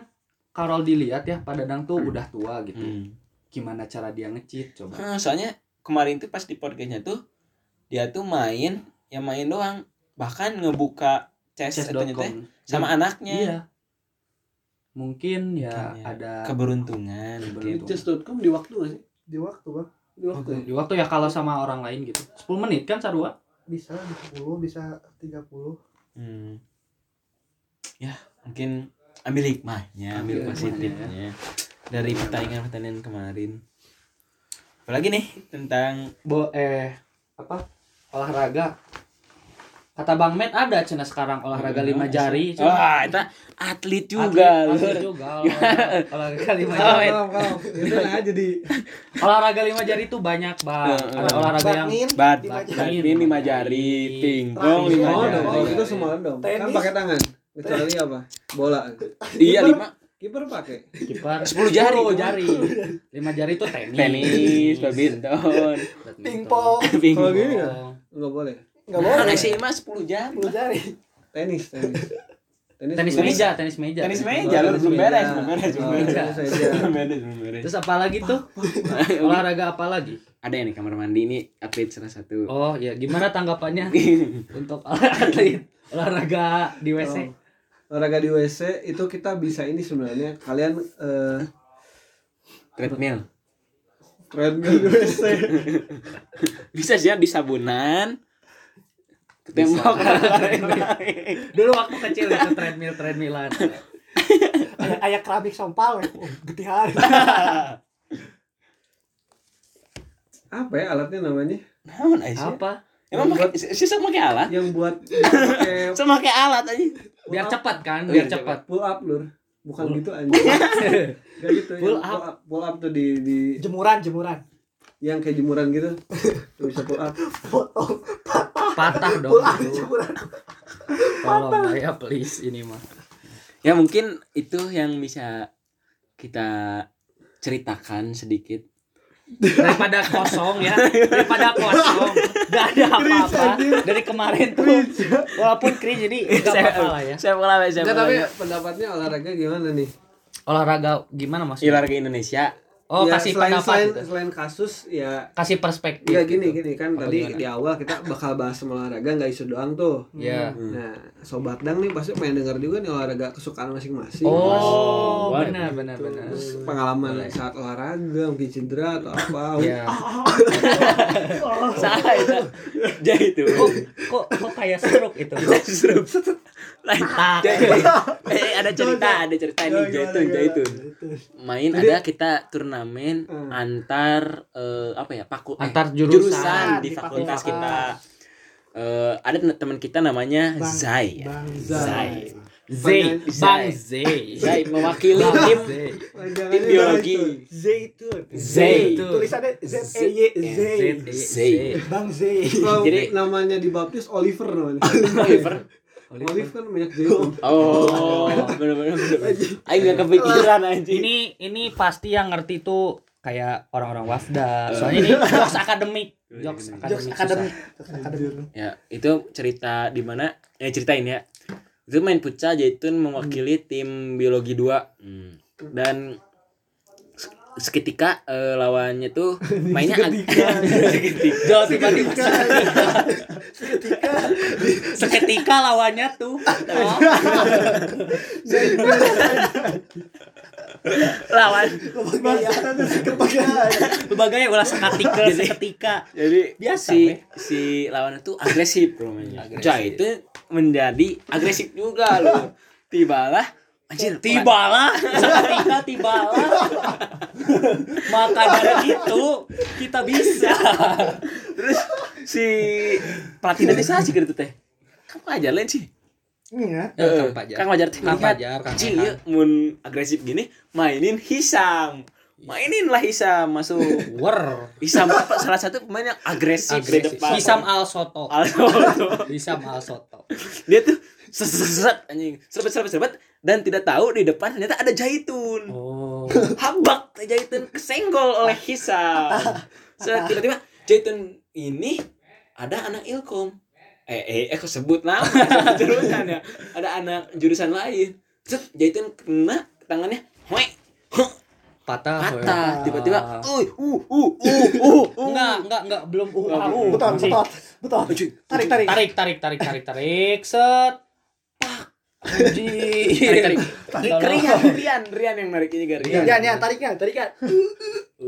Speaker 3: kalau dilihat ya Pak Dadang tuh udah tua gitu
Speaker 1: Hmm.
Speaker 3: gimana cara dia ngecit coba
Speaker 1: Ah, soalnya kemarin tuh pas di podcastnya tuh dia tuh main, yang main doang. Bahkan ngebuka chess atunya teh
Speaker 3: chess.com
Speaker 1: sama anaknya.
Speaker 3: iya mungkin ya
Speaker 1: Mungkin ya.
Speaker 3: ada
Speaker 1: Keberuntungan. mungkin.
Speaker 3: Keberuntungan.
Speaker 4: chess.com di waktu nggak sih?
Speaker 2: di waktu bang
Speaker 4: Di waktu. ya?
Speaker 3: di waktu ya kalau sama orang lain gitu 10 menit kan sarua
Speaker 2: bisa 10 bisa 30
Speaker 1: Hmm. Ya, mungkin ambil hikmahnya, ambil
Speaker 3: Ambil
Speaker 1: positifnya dari pertandingan-pertandingan kemarin. Apalagi nih tentang
Speaker 3: Bo eh apa olahraga kata Bang Met ada cina sekarang olahraga lima jari cina.
Speaker 1: Wah, itu atlet
Speaker 3: Atlet-
Speaker 1: Ah, juga. lu.
Speaker 3: atlet juga olahraga- olahraga lima
Speaker 1: Oh,
Speaker 3: jari
Speaker 1: wait.
Speaker 4: Kalem, kalem. Itu nah jadi
Speaker 3: olahraga lima jari itu banyak bang ada
Speaker 2: ah.
Speaker 3: olahraga yang
Speaker 2: Badmin,
Speaker 1: Bad,
Speaker 2: lima jari.
Speaker 1: badminton lima jari, tingdong
Speaker 2: Iya,
Speaker 1: lima
Speaker 4: Oh,
Speaker 2: iya,
Speaker 4: dong. Kalau
Speaker 1: jari.
Speaker 4: kita semua dong. Kan
Speaker 2: Tenis.
Speaker 4: pakai tangan. Kecuali apa? Bola.
Speaker 1: Iya, lima.
Speaker 4: Kiper pakai.
Speaker 3: kiper
Speaker 1: 10 jari.
Speaker 3: 10 jari lima jari itu tenis
Speaker 1: Tenis, badminton,
Speaker 3: Badminton.
Speaker 2: pingpong
Speaker 4: Kalau
Speaker 1: pingpong.
Speaker 4: gini nggak? Nggak boleh.
Speaker 2: nggak
Speaker 1: Mana
Speaker 2: boleh
Speaker 1: sih mas 10 jam?
Speaker 2: 10 jari
Speaker 4: Tenis, tenis.
Speaker 3: tenis meja tenis meja
Speaker 5: Tenis
Speaker 3: Tenis
Speaker 5: meja lu belum beres, belum beres, belum
Speaker 4: Oh,
Speaker 5: beres.
Speaker 4: tenis meja.
Speaker 5: Belum beres, belum beres.
Speaker 3: terus apa lagi tuh olahraga apa lagi
Speaker 1: ada ya nih kamar mandi ini atlet salah satu
Speaker 3: oh ya gimana tanggapannya untuk atlet olahraga di wc
Speaker 4: olahraga di WC itu kita bisa ini sebenarnya kalian eh,
Speaker 1: treadmill
Speaker 4: treadmill di WC
Speaker 1: bisa sih ya, di sabunan ke tembok
Speaker 3: dulu waktu kecil itu treadmill treadmillan
Speaker 2: Aya- Aya keramik sompal, weh. Oh, gede hari.
Speaker 4: apa ya alatnya namanya
Speaker 1: naon aja
Speaker 3: apa
Speaker 1: emang pakai sisa pakai alat
Speaker 4: yang buat pakai
Speaker 1: sama pakai alat aja
Speaker 3: biar cepat kan
Speaker 4: Iya,
Speaker 3: biar cepat
Speaker 4: pull up lur bukan
Speaker 3: Pull-
Speaker 4: gitu anjing Gak gitu yang
Speaker 3: Pull
Speaker 4: pull up pull up tuh di di
Speaker 2: Jemuran, jemuran.
Speaker 4: yang kayak jemuran gitu tuh bisa pull up
Speaker 2: Foto.
Speaker 3: patah dong
Speaker 2: Pulang
Speaker 3: itu.
Speaker 2: jemuran.
Speaker 3: tolong ya please ini mah
Speaker 1: ya mungkin itu yang bisa kita ceritakan sedikit
Speaker 3: daripada kosong ya daripada kosong gak ada apa-apa dari kemarin tuh walaupun kris jadi gak apa-apa lah ya
Speaker 1: saya pengalaman saya
Speaker 4: Enggak, tapi
Speaker 1: pengalaman.
Speaker 4: pendapatnya olahraga gimana nih
Speaker 3: olahraga gimana maksudnya
Speaker 1: olahraga Indonesia
Speaker 3: oh
Speaker 4: Ya,
Speaker 3: kasih
Speaker 4: Iya, selain
Speaker 3: pendapat
Speaker 4: selain,
Speaker 3: gitu.
Speaker 4: selain kasus ya
Speaker 3: kasih perspektif
Speaker 4: Iya gini
Speaker 3: gitu.
Speaker 4: gini kan
Speaker 3: Apa
Speaker 4: tadi
Speaker 3: gimana?
Speaker 4: di awal kita bakal bahas sama olahraga nggak isu doang tuh.
Speaker 3: ya
Speaker 1: Hmm.
Speaker 4: Nah, sobat dang nih pasti pengen denger juga nih olahraga kesukaan masing-masing.
Speaker 3: oh
Speaker 1: Boleh.
Speaker 3: benar benar
Speaker 4: Tuh,
Speaker 3: benar
Speaker 4: Iya. terus pengalaman saat olahraga mungkin cedera atau apa.
Speaker 3: ya
Speaker 1: salah itu jadi itu
Speaker 3: kok kok kok kayak stroke itu
Speaker 1: Justru. Lain.
Speaker 3: Tak.
Speaker 1: Jadi, eh, ada cerita ada cerita ini
Speaker 4: Gimana,
Speaker 1: jaitun
Speaker 4: gimana?
Speaker 1: jaitun main
Speaker 4: Jadi-
Speaker 1: ada kita turnamen
Speaker 4: Hmm.
Speaker 1: antar eh, apa ya paku eh,
Speaker 3: Antar jurusan.
Speaker 1: di
Speaker 2: Di
Speaker 1: fakultas
Speaker 2: fakultas.
Speaker 1: kita Eh, ada teman- teman kita namanya
Speaker 2: Bang-
Speaker 1: Zai ya.
Speaker 2: Bang
Speaker 1: Zai
Speaker 3: Z
Speaker 1: Z.
Speaker 3: bang Z
Speaker 1: Zai mewakili tim
Speaker 3: Z.
Speaker 4: Panjangannya
Speaker 1: Tim biologi.
Speaker 4: langsung.
Speaker 2: Zaitun.
Speaker 1: Zai.
Speaker 3: Zaitun.
Speaker 2: Tulisannya Z E Y Z.
Speaker 3: Eh, Z.
Speaker 1: Z.
Speaker 2: Bang Zai.
Speaker 4: Kalau
Speaker 1: Jadi-
Speaker 4: namanya dibaptis Oliver namanya.
Speaker 1: Oliver
Speaker 4: Oliver kan banyak jahit.
Speaker 1: oh benar-benar aing nggak kepikiran anjing
Speaker 3: ini ini pasti yang ngerti tuh kayak orang-orang wafda soalnya ini jokes akademik jokes akademik
Speaker 2: Jokes
Speaker 3: susah.
Speaker 2: akademik. Jokes akademik.
Speaker 1: Ya, itu cerita di mana eh ceritain ya. Itu main futsal Jaitun mewakili tim biologi 2. Dan se- seketika eh, lawannya tuh mainnya ag- seketika.
Speaker 3: Jauh tiba-tiba seketika. seketika lawannya tuh oh, lawan berbagai ulas artikel seketika
Speaker 1: Jadi
Speaker 3: Biasa,
Speaker 1: si
Speaker 3: weh.
Speaker 1: si lawannya tuh agresif bro mainnya.
Speaker 3: Agresif.
Speaker 1: Jaitun menjadi agresif juga loh. Tibalah anjir
Speaker 3: tibalah seketika tibalah maka dari itu kita bisa
Speaker 1: terus si pelatih nanti sih gitu teh. Kamu ajar lain sih.
Speaker 2: Iya.
Speaker 1: Heeh,
Speaker 3: Eh, Kang Pajar.
Speaker 1: Kang Pajar teh
Speaker 3: Kang
Speaker 1: lihat,
Speaker 3: Pajar, Kang
Speaker 1: "Cil,
Speaker 3: Pajar."
Speaker 1: ieu mun agresif gini mainin Hisam.
Speaker 3: Iya.
Speaker 1: Mainin lah Hisam masuk.
Speaker 3: wer
Speaker 1: Hisam apa, salah satu pemain yang agresif, di depan.
Speaker 3: Hisam Al Soto
Speaker 1: Aldo tuh.
Speaker 3: Hisam Al Soto
Speaker 1: Dia tuh seset anjing, serbet-serbet-serbet dan tidak tahu di depan ternyata ada Jaitun.
Speaker 3: oh
Speaker 1: Habak teh Jaitun kesenggol oleh Hisam. Set, tiba-tiba Jaitun ini ada anak Ilkom. Eh, eh, eh, kok sebut nama jurusan ya? Ada anak jurusan lain. Set, Jaitun kena tangannya. Hoi,
Speaker 3: patah
Speaker 1: Ah, patah tiba-tiba. Uh, uh, uh, uh, uh, uh.
Speaker 3: enggak enggak enggak belum uh,
Speaker 1: Enggak,
Speaker 3: uh,
Speaker 1: belum.
Speaker 3: uh,
Speaker 2: Betot,
Speaker 3: masih.
Speaker 2: betot, betot.
Speaker 1: Anjing.
Speaker 2: Tarik, tarik.
Speaker 3: tarik tarik tarik tarik tarik set
Speaker 1: Tarik-tarik.
Speaker 3: Tolong.
Speaker 1: Rian, Rian, Rian yang narik ini gara
Speaker 2: Ya, ya, tariknya, tariknya.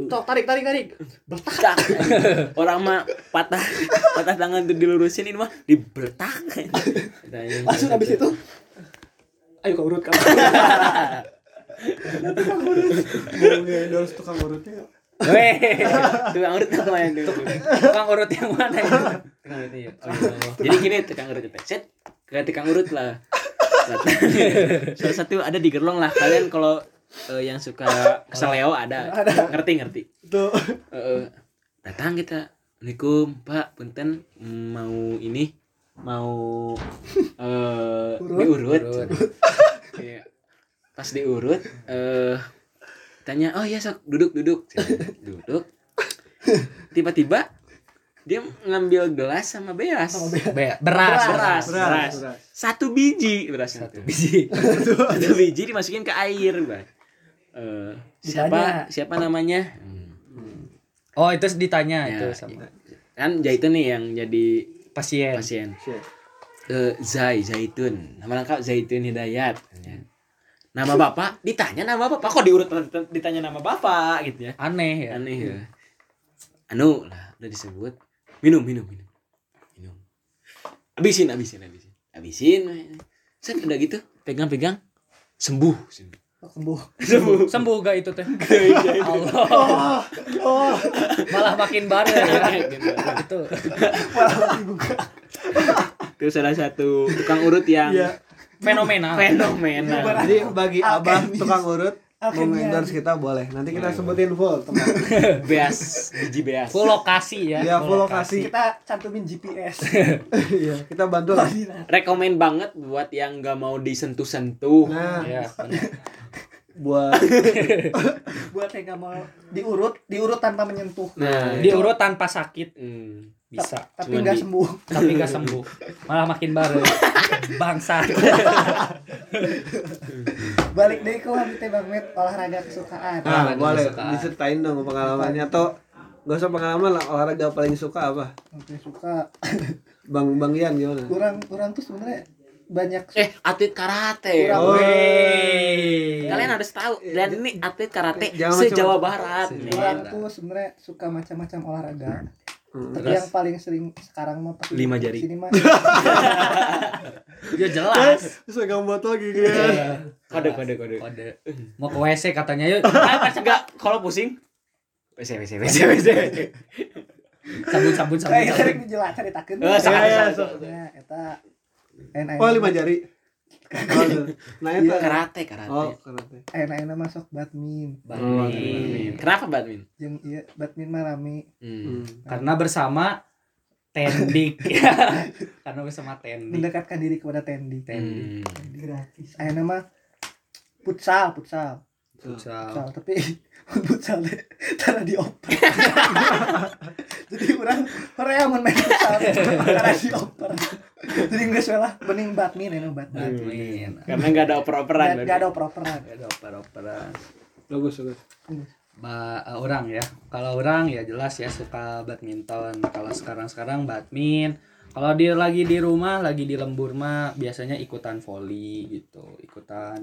Speaker 2: Tok, tarik, tarik, tarik.
Speaker 1: Bertak. Orang mah patah patah tangan tuh dilurusin ini mah dibertak.
Speaker 2: Langsung habis itu. Ayo kau urut kamu.
Speaker 4: Mau endorse tukang urutnya.
Speaker 1: Weh, tukang urut tuh kemarin tuh.
Speaker 3: tukang urut yang mana ya tukang urut iya. Oh, iya.
Speaker 1: Jadi gini tukang urut kita set ke tukang urut lah. Salah satu ada di gerlong lah kalian kalau eh, yang suka keseleo ada. Ngerti ngerti.
Speaker 2: Tuh.
Speaker 1: Heeh. datang kita. Assalamualaikum Pak Punten mau ini mau eh diurut. Iya. Pas diurut eh tanya oh iya sok duduk duduk duduk tiba-tiba dia ngambil gelas sama beras.
Speaker 2: Sama beras.
Speaker 3: Be- beras,
Speaker 1: Beras.
Speaker 3: beras.
Speaker 1: Beras.
Speaker 4: beras.
Speaker 1: Satu biji berasnya. Satu biji. Satu biji dimasukin ke air, Bang. Eh, siapa
Speaker 3: Ditanya.
Speaker 1: siapa namanya?
Speaker 3: Oh, itu ditanya
Speaker 1: Ya,
Speaker 3: itu sama
Speaker 1: Kan Jaitun nih yang jadi
Speaker 3: pasien.
Speaker 1: pasien.
Speaker 4: Shit.
Speaker 1: Eh, Zai Zaitun. Nama lengkap Zaitun Hidayat. Ya. Nama bapak ditanya nama bapak kok diurut ditanya nama bapak gitu ya.
Speaker 3: Aneh ya.
Speaker 1: Aneh ya. Anu lah udah disebut. Minum minum minum. Minum. Habisin habisin habisin. Habisin. Set udah gitu pegang-pegang sembuh. sembuh.
Speaker 2: sembuh
Speaker 3: Sembuh gak itu teh? Allah.
Speaker 2: oh
Speaker 3: Malah makin bareng ya.
Speaker 1: Iya.
Speaker 3: itu.
Speaker 1: Itu salah satu tukang urut yang
Speaker 2: Iya.
Speaker 3: Fenomenal.
Speaker 1: fenomenal.
Speaker 4: Jadi bagi abah
Speaker 2: Alkemis.
Speaker 4: tukang urut mau
Speaker 2: Alkemia.
Speaker 4: endorse kita boleh. Nanti kita sebutin full teman.
Speaker 1: Beas, biji beas.
Speaker 3: Full lokasi ya.
Speaker 4: Ya full lokasi.
Speaker 2: kita cantumin GPS
Speaker 4: Iya, kita bantu lah.
Speaker 1: Rekomen banget buat yang nggak mau disentuh-sentuh.
Speaker 4: Nah,
Speaker 3: Ya, benar.
Speaker 4: buat
Speaker 2: buat yang nggak mau diurut diurut tanpa menyentuh
Speaker 1: Nah,
Speaker 3: diurut tanpa sakit
Speaker 1: Hmm.
Speaker 3: bisa,
Speaker 2: tapi
Speaker 1: Cuman
Speaker 2: nggak
Speaker 1: di-
Speaker 2: sembuh
Speaker 3: tapi gak sembuh. Malah makin bareng. Bangsa.
Speaker 2: balik deh ke wanita bang Met olahraga kesukaan
Speaker 4: nah,
Speaker 3: Olahraga
Speaker 4: boleh
Speaker 3: kesukaan.
Speaker 4: diceritain dong pengalamannya atau Gak usah pengalaman lah olahraga paling suka apa?
Speaker 2: Yang suka
Speaker 4: Bang Bang Ian gimana?
Speaker 2: kurang kurang tuh sebenarnya banyak
Speaker 1: Eh, atlet karate.
Speaker 4: Oh.
Speaker 2: Kurang.
Speaker 3: Wey.
Speaker 1: Kalian harus tahu dan ini atlet karate
Speaker 4: Jangan
Speaker 1: se-Jawa
Speaker 4: macam-
Speaker 1: Barat.
Speaker 3: Se-Jawa
Speaker 1: men.
Speaker 2: orang tuh sebenarnya suka macam-macam olahraga
Speaker 4: Hmm.
Speaker 2: tapi
Speaker 3: Terus?
Speaker 2: yang paling sering sekarang mah pasti
Speaker 1: Lima jari.
Speaker 2: sini mah
Speaker 3: Ya jelas.
Speaker 4: Terus pegang botol gini kan?
Speaker 1: Kode kode Eh. kode.
Speaker 3: Kode. Mau ke WC katanya yuk.
Speaker 1: Enggak, kalau pusing WC WC WC WC.
Speaker 3: Sabun sabun sabun.
Speaker 2: kayak
Speaker 3: sabun.
Speaker 2: sering dijelas ceritakan
Speaker 1: Eh, salah,
Speaker 4: Iya,
Speaker 1: salah,
Speaker 4: iya,
Speaker 1: salah.
Speaker 2: ya eta lain
Speaker 4: Oh lima jari. Oh, tuh. nah itu.
Speaker 1: Karate karate.
Speaker 4: Oh karate.
Speaker 2: enak-enak masuk badmin
Speaker 1: Oh, Badminton. Kenapa badminton?
Speaker 2: yang iya badmin mah rame
Speaker 1: Hmm.
Speaker 4: Hmm.
Speaker 3: Karena bersama tendik. Karena bersama tendik.
Speaker 2: mendekatkan diri kepada tendi
Speaker 3: Tendik.
Speaker 1: Hmm.
Speaker 2: gratis enak mah futsal futsal
Speaker 3: Futsal.
Speaker 2: futsal tapi futsal deh cara dioper jadi orang orang yang main futsal cara dioper jadi nggak salah bening badmin enak badmin
Speaker 4: Iya.
Speaker 3: Badminton.
Speaker 1: Karena nggak ada oper-operan.
Speaker 2: nggak nggak ada oper-operan
Speaker 3: Ada oper-operan.
Speaker 4: Bagus bagus.
Speaker 3: Ba- eh, orang ya kalau orang ya jelas ya suka badminton kalau sekarang sekarang badmin kalau dia lagi di rumah lagi di lembur mah biasanya ikutan volley gitu ikutan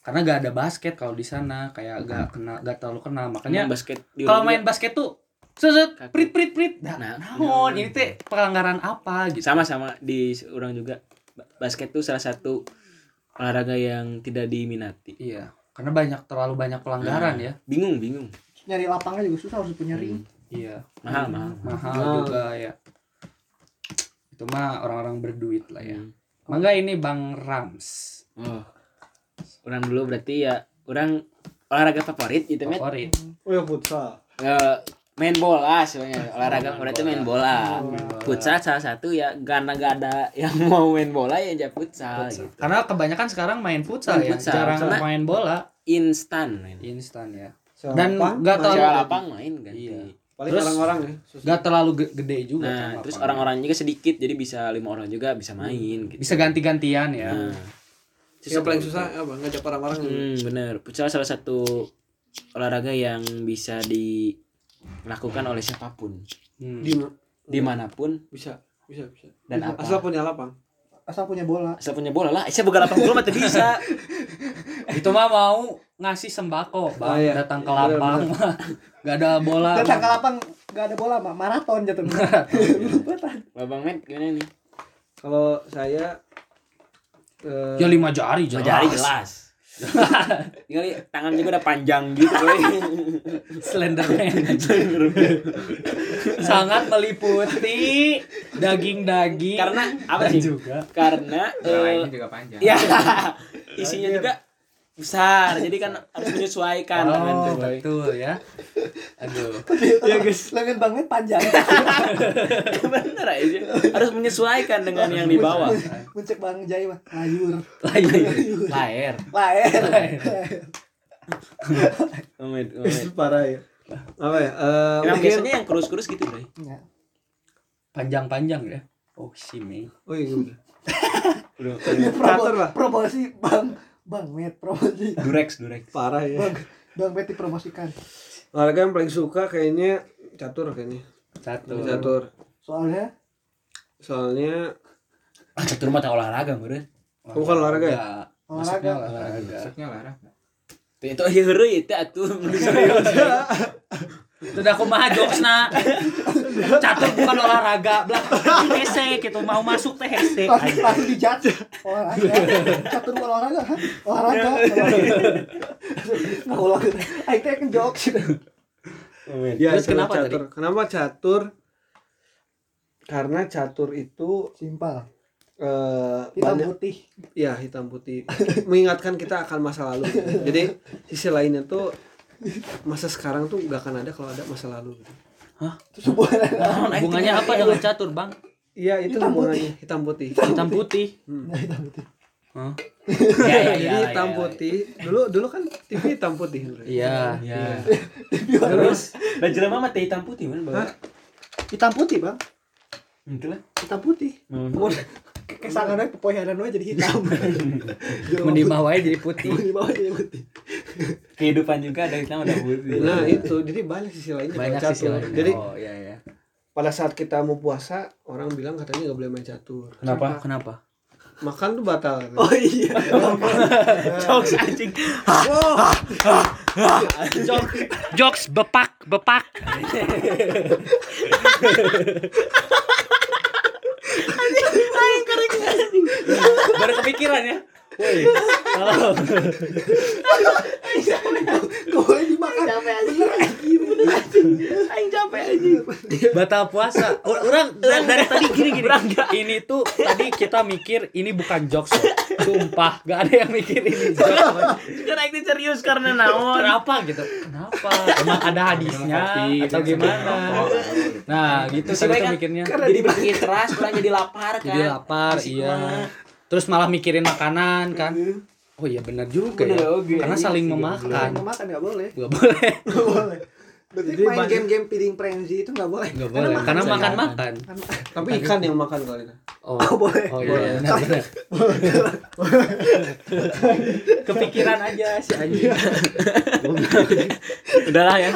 Speaker 3: karena gak ada basket kalau di sana kayak gak kena gak terlalu kena
Speaker 1: Makanya
Speaker 3: makanya
Speaker 1: basket di
Speaker 3: kalau main basket tuh suset
Speaker 1: Kaku.
Speaker 3: prit prit prit nah,
Speaker 1: Nah,
Speaker 3: naon ini teh pelanggaran apa gitu
Speaker 1: sama-sama di orang juga Ba- basket tuh salah satu olahraga yang tidak diminati.
Speaker 3: iya karena banyak terlalu banyak pelanggaran
Speaker 1: Hmm.
Speaker 3: ya
Speaker 1: Bingung, bingung.
Speaker 2: nyari lapangnya juga susah harus punya ring
Speaker 3: iya
Speaker 1: Mahal, mahal.
Speaker 3: mahal
Speaker 4: Mahal.
Speaker 3: juga ya itu mah orang-orang berduit lah ya
Speaker 1: Hmm.
Speaker 3: Mangga ini Bang Rams
Speaker 1: Oh. Orang dulu berarti ya orang olahraga favorit gitu met.
Speaker 3: favorit.
Speaker 4: Oh ya futsal.
Speaker 1: Eh, main bola sebenarnya. Olahraga
Speaker 3: Main
Speaker 1: favorit itu
Speaker 3: bola.
Speaker 1: main bola. Futsal salah satu ya karena gak ada yang mau main bola ya jadi futsal,
Speaker 3: Futsal.
Speaker 1: gitu.
Speaker 3: Karena kebanyakan sekarang main futsal
Speaker 1: Main
Speaker 3: ya,
Speaker 1: futsal.
Speaker 3: jarang
Speaker 1: Karena-
Speaker 3: main bola
Speaker 1: Instan main.
Speaker 3: instan ya.
Speaker 4: Sewa
Speaker 3: Dan
Speaker 4: lapang,
Speaker 3: nggak
Speaker 4: main
Speaker 3: tahu-
Speaker 1: Sewa
Speaker 4: bola.
Speaker 1: lapang main kan. Nah, ganti.
Speaker 3: Iya.
Speaker 4: Paling
Speaker 3: Terus-
Speaker 4: orang-orang ya. susah.
Speaker 3: Gak terlalu ge- gede juga.
Speaker 1: Nah,
Speaker 3: kan
Speaker 1: terus
Speaker 3: lapangan.
Speaker 1: orang-orang juga sedikit jadi bisa lima orang juga bisa main gitu.
Speaker 3: bisa ganti-gantian ya.
Speaker 1: Nah. Terus
Speaker 4: Yang Iya, paling
Speaker 1: itu-
Speaker 4: susah apa? Ngajak orang-orang ya? yang
Speaker 1: Hmm, bener. Futsal salah satu olahraga yang bisa dilakukan oleh siapapun,
Speaker 3: Hmm.
Speaker 4: di
Speaker 1: dimanapun
Speaker 4: bisa bisa bisa.
Speaker 1: dan apa.
Speaker 3: Nah.
Speaker 4: Asal punya lapang. Hmm.
Speaker 2: asal punya bola
Speaker 1: Iya, Asal punya bola lah, saya boga 80 mah teu bisa.
Speaker 3: Itu mah mau ngasih sembako, Bang.
Speaker 4: Oh, iya.
Speaker 3: Datang ke
Speaker 4: Iya,
Speaker 3: lapang mah. Gak ada bola.
Speaker 2: datang ke
Speaker 3: Bang.
Speaker 2: lapang nggak ada bola mah maraton jatuh
Speaker 1: Babang Met gimana nih?
Speaker 4: Kalau saya eh,
Speaker 3: Ya lima jari jelas.
Speaker 1: Jari jelas. Tinggal i- tangan juga udah panjang gitu. woy.
Speaker 3: Slenderman. Sangat meliputi daging-daging.
Speaker 1: Karena apa
Speaker 3: dan
Speaker 1: sih?
Speaker 3: juga
Speaker 1: Karena eh,
Speaker 6: juga panjang.
Speaker 1: ya isinya juga besar. Jadi kan harus menyesuaikan tangan
Speaker 3: Oh,
Speaker 1: tuh, woy.
Speaker 3: betul ya. Aduh.
Speaker 2: ya guys lengan banget panjang
Speaker 1: Bener aja. Harus menyesuaikan dengan yang di bawah.
Speaker 2: muncak bang Jai mah layur
Speaker 3: Lain. Lair.
Speaker 2: lain
Speaker 1: Komet,
Speaker 4: parah ya. Apa ya?
Speaker 1: Yang
Speaker 4: Eh, mungkin ya? Eh,
Speaker 1: Nah,
Speaker 5: Nah,
Speaker 1: biasanya yang kurus-kurus gitu, Bro.
Speaker 2: Ya.
Speaker 3: panjang-panjang ya oh si Mei
Speaker 4: Oh iya udah.
Speaker 5: Udah, udah.
Speaker 2: Ya,
Speaker 4: Catur
Speaker 2: promo,
Speaker 4: lah.
Speaker 2: promosi bang bang met promosi
Speaker 5: Durex, Durex.
Speaker 4: Parah ya.
Speaker 2: bang bang met dipromosikan
Speaker 4: Olahraga yang paling suka kayaknya catur kayaknya.
Speaker 3: satu
Speaker 4: Lebih Catur.
Speaker 2: soalnya
Speaker 4: Soalnya
Speaker 3: catur mata olahraga meren
Speaker 4: Oh, bukan olahraga ya?
Speaker 3: Masuknya
Speaker 2: olahraga
Speaker 3: olahraga
Speaker 1: itu aja heru itu atuh
Speaker 5: Iya,
Speaker 1: Iya, serius
Speaker 3: Sudah aku mah jokesna. Catur bukan olahraga, belah hese gitu mau masuk teh
Speaker 4: Eh,
Speaker 3: hese.
Speaker 2: langsung langsung dijat olahraga catur bukan olahraga hah? olahraga olahraga. nah olahraga itu kan jokes
Speaker 4: ya
Speaker 1: Terus
Speaker 4: itu
Speaker 1: kenapa
Speaker 4: catur. Kenapa catur? Karena catur itu
Speaker 2: simpel
Speaker 4: eh,
Speaker 2: hitam
Speaker 4: banyak-
Speaker 2: putih
Speaker 4: ya hitam putih mengingatkan kita akan masa lalu jadi sisi lainnya tuh masa sekarang tuh gak akan ada kalau ada masa lalu
Speaker 2: itu sebuah
Speaker 3: Hubungannya apa dengan catur, Bang?
Speaker 4: iya itu
Speaker 2: Hitam
Speaker 4: hubungannya hitam putih
Speaker 3: Hitam putih.
Speaker 2: nah hitam putih
Speaker 3: Hah? Ya,
Speaker 1: iya,
Speaker 3: ya,
Speaker 4: jadi hitam putih dulu dulu kan TV hitam putih
Speaker 3: Iya.
Speaker 5: Ya.
Speaker 4: terus
Speaker 5: Lah jelema mah teh hitam putih mana bawa.
Speaker 4: Hah?
Speaker 2: hitam putih bang
Speaker 5: Henteu Gitu lah.
Speaker 2: hitam putih
Speaker 4: Hmm.
Speaker 5: Mun-
Speaker 2: kesangannya pepohonan we jadi hitam
Speaker 3: Mending mah wae jadi putih.
Speaker 2: di bawah jadi putih
Speaker 5: Kehidupan juga ada hitam ada putih.
Speaker 4: nah itu jadi banyak sisi lainnya kalau
Speaker 3: Banyak sisi
Speaker 4: catur.
Speaker 3: lain.
Speaker 4: jadi
Speaker 3: oh, iya ya.
Speaker 4: pada saat kita mau puasa orang bilang katanya nggak boleh main catur
Speaker 3: Kenapa? Kenapa?
Speaker 4: makan tuh batal kan?
Speaker 2: oh iya
Speaker 1: jokes anjing
Speaker 3: Jokes, jokes bepak, bepak.
Speaker 1: baru kepikiran ya woi
Speaker 2: kau ini makan
Speaker 4: Iya,
Speaker 2: bener anjing bener anjing
Speaker 1: aing capek anjing
Speaker 3: Batal puasa. Or- Orang orang dari tadi gini gini. Ini tuh tadi kita mikir ini bukan jokes. loh. Sumpah, gak ada yang mikir ini. jokes.
Speaker 1: kan aing serius karena naon
Speaker 3: kenapa gitu kenapa emang ada hadisnya atau gimana nah gitu sih
Speaker 1: Sebenarnya
Speaker 3: kita
Speaker 1: kan
Speaker 3: mikirnya
Speaker 1: jadi bikin keras kurang jadi lapar kan
Speaker 3: jadi lapar
Speaker 1: Asik
Speaker 3: iya
Speaker 1: mah.
Speaker 3: terus malah mikirin makanan kan oh iya benar juga ya
Speaker 1: Bener, oke.
Speaker 3: karena saling
Speaker 2: Kalau
Speaker 3: memakan
Speaker 2: mau makan nggak boleh
Speaker 3: nggak boleh
Speaker 2: nggak boleh berarti
Speaker 4: kan. Jadi
Speaker 2: main
Speaker 4: banyak-
Speaker 2: game-game feeding frenzy itu nggak boleh
Speaker 3: nggak boleh karena
Speaker 2: makan
Speaker 3: makan makan
Speaker 4: tapi ikan yang makan kalau itu
Speaker 3: oh
Speaker 2: Oh, boleh.
Speaker 3: oh iya benar benar kepikiran aja si
Speaker 5: Iya.
Speaker 3: anjing
Speaker 1: udahlah ya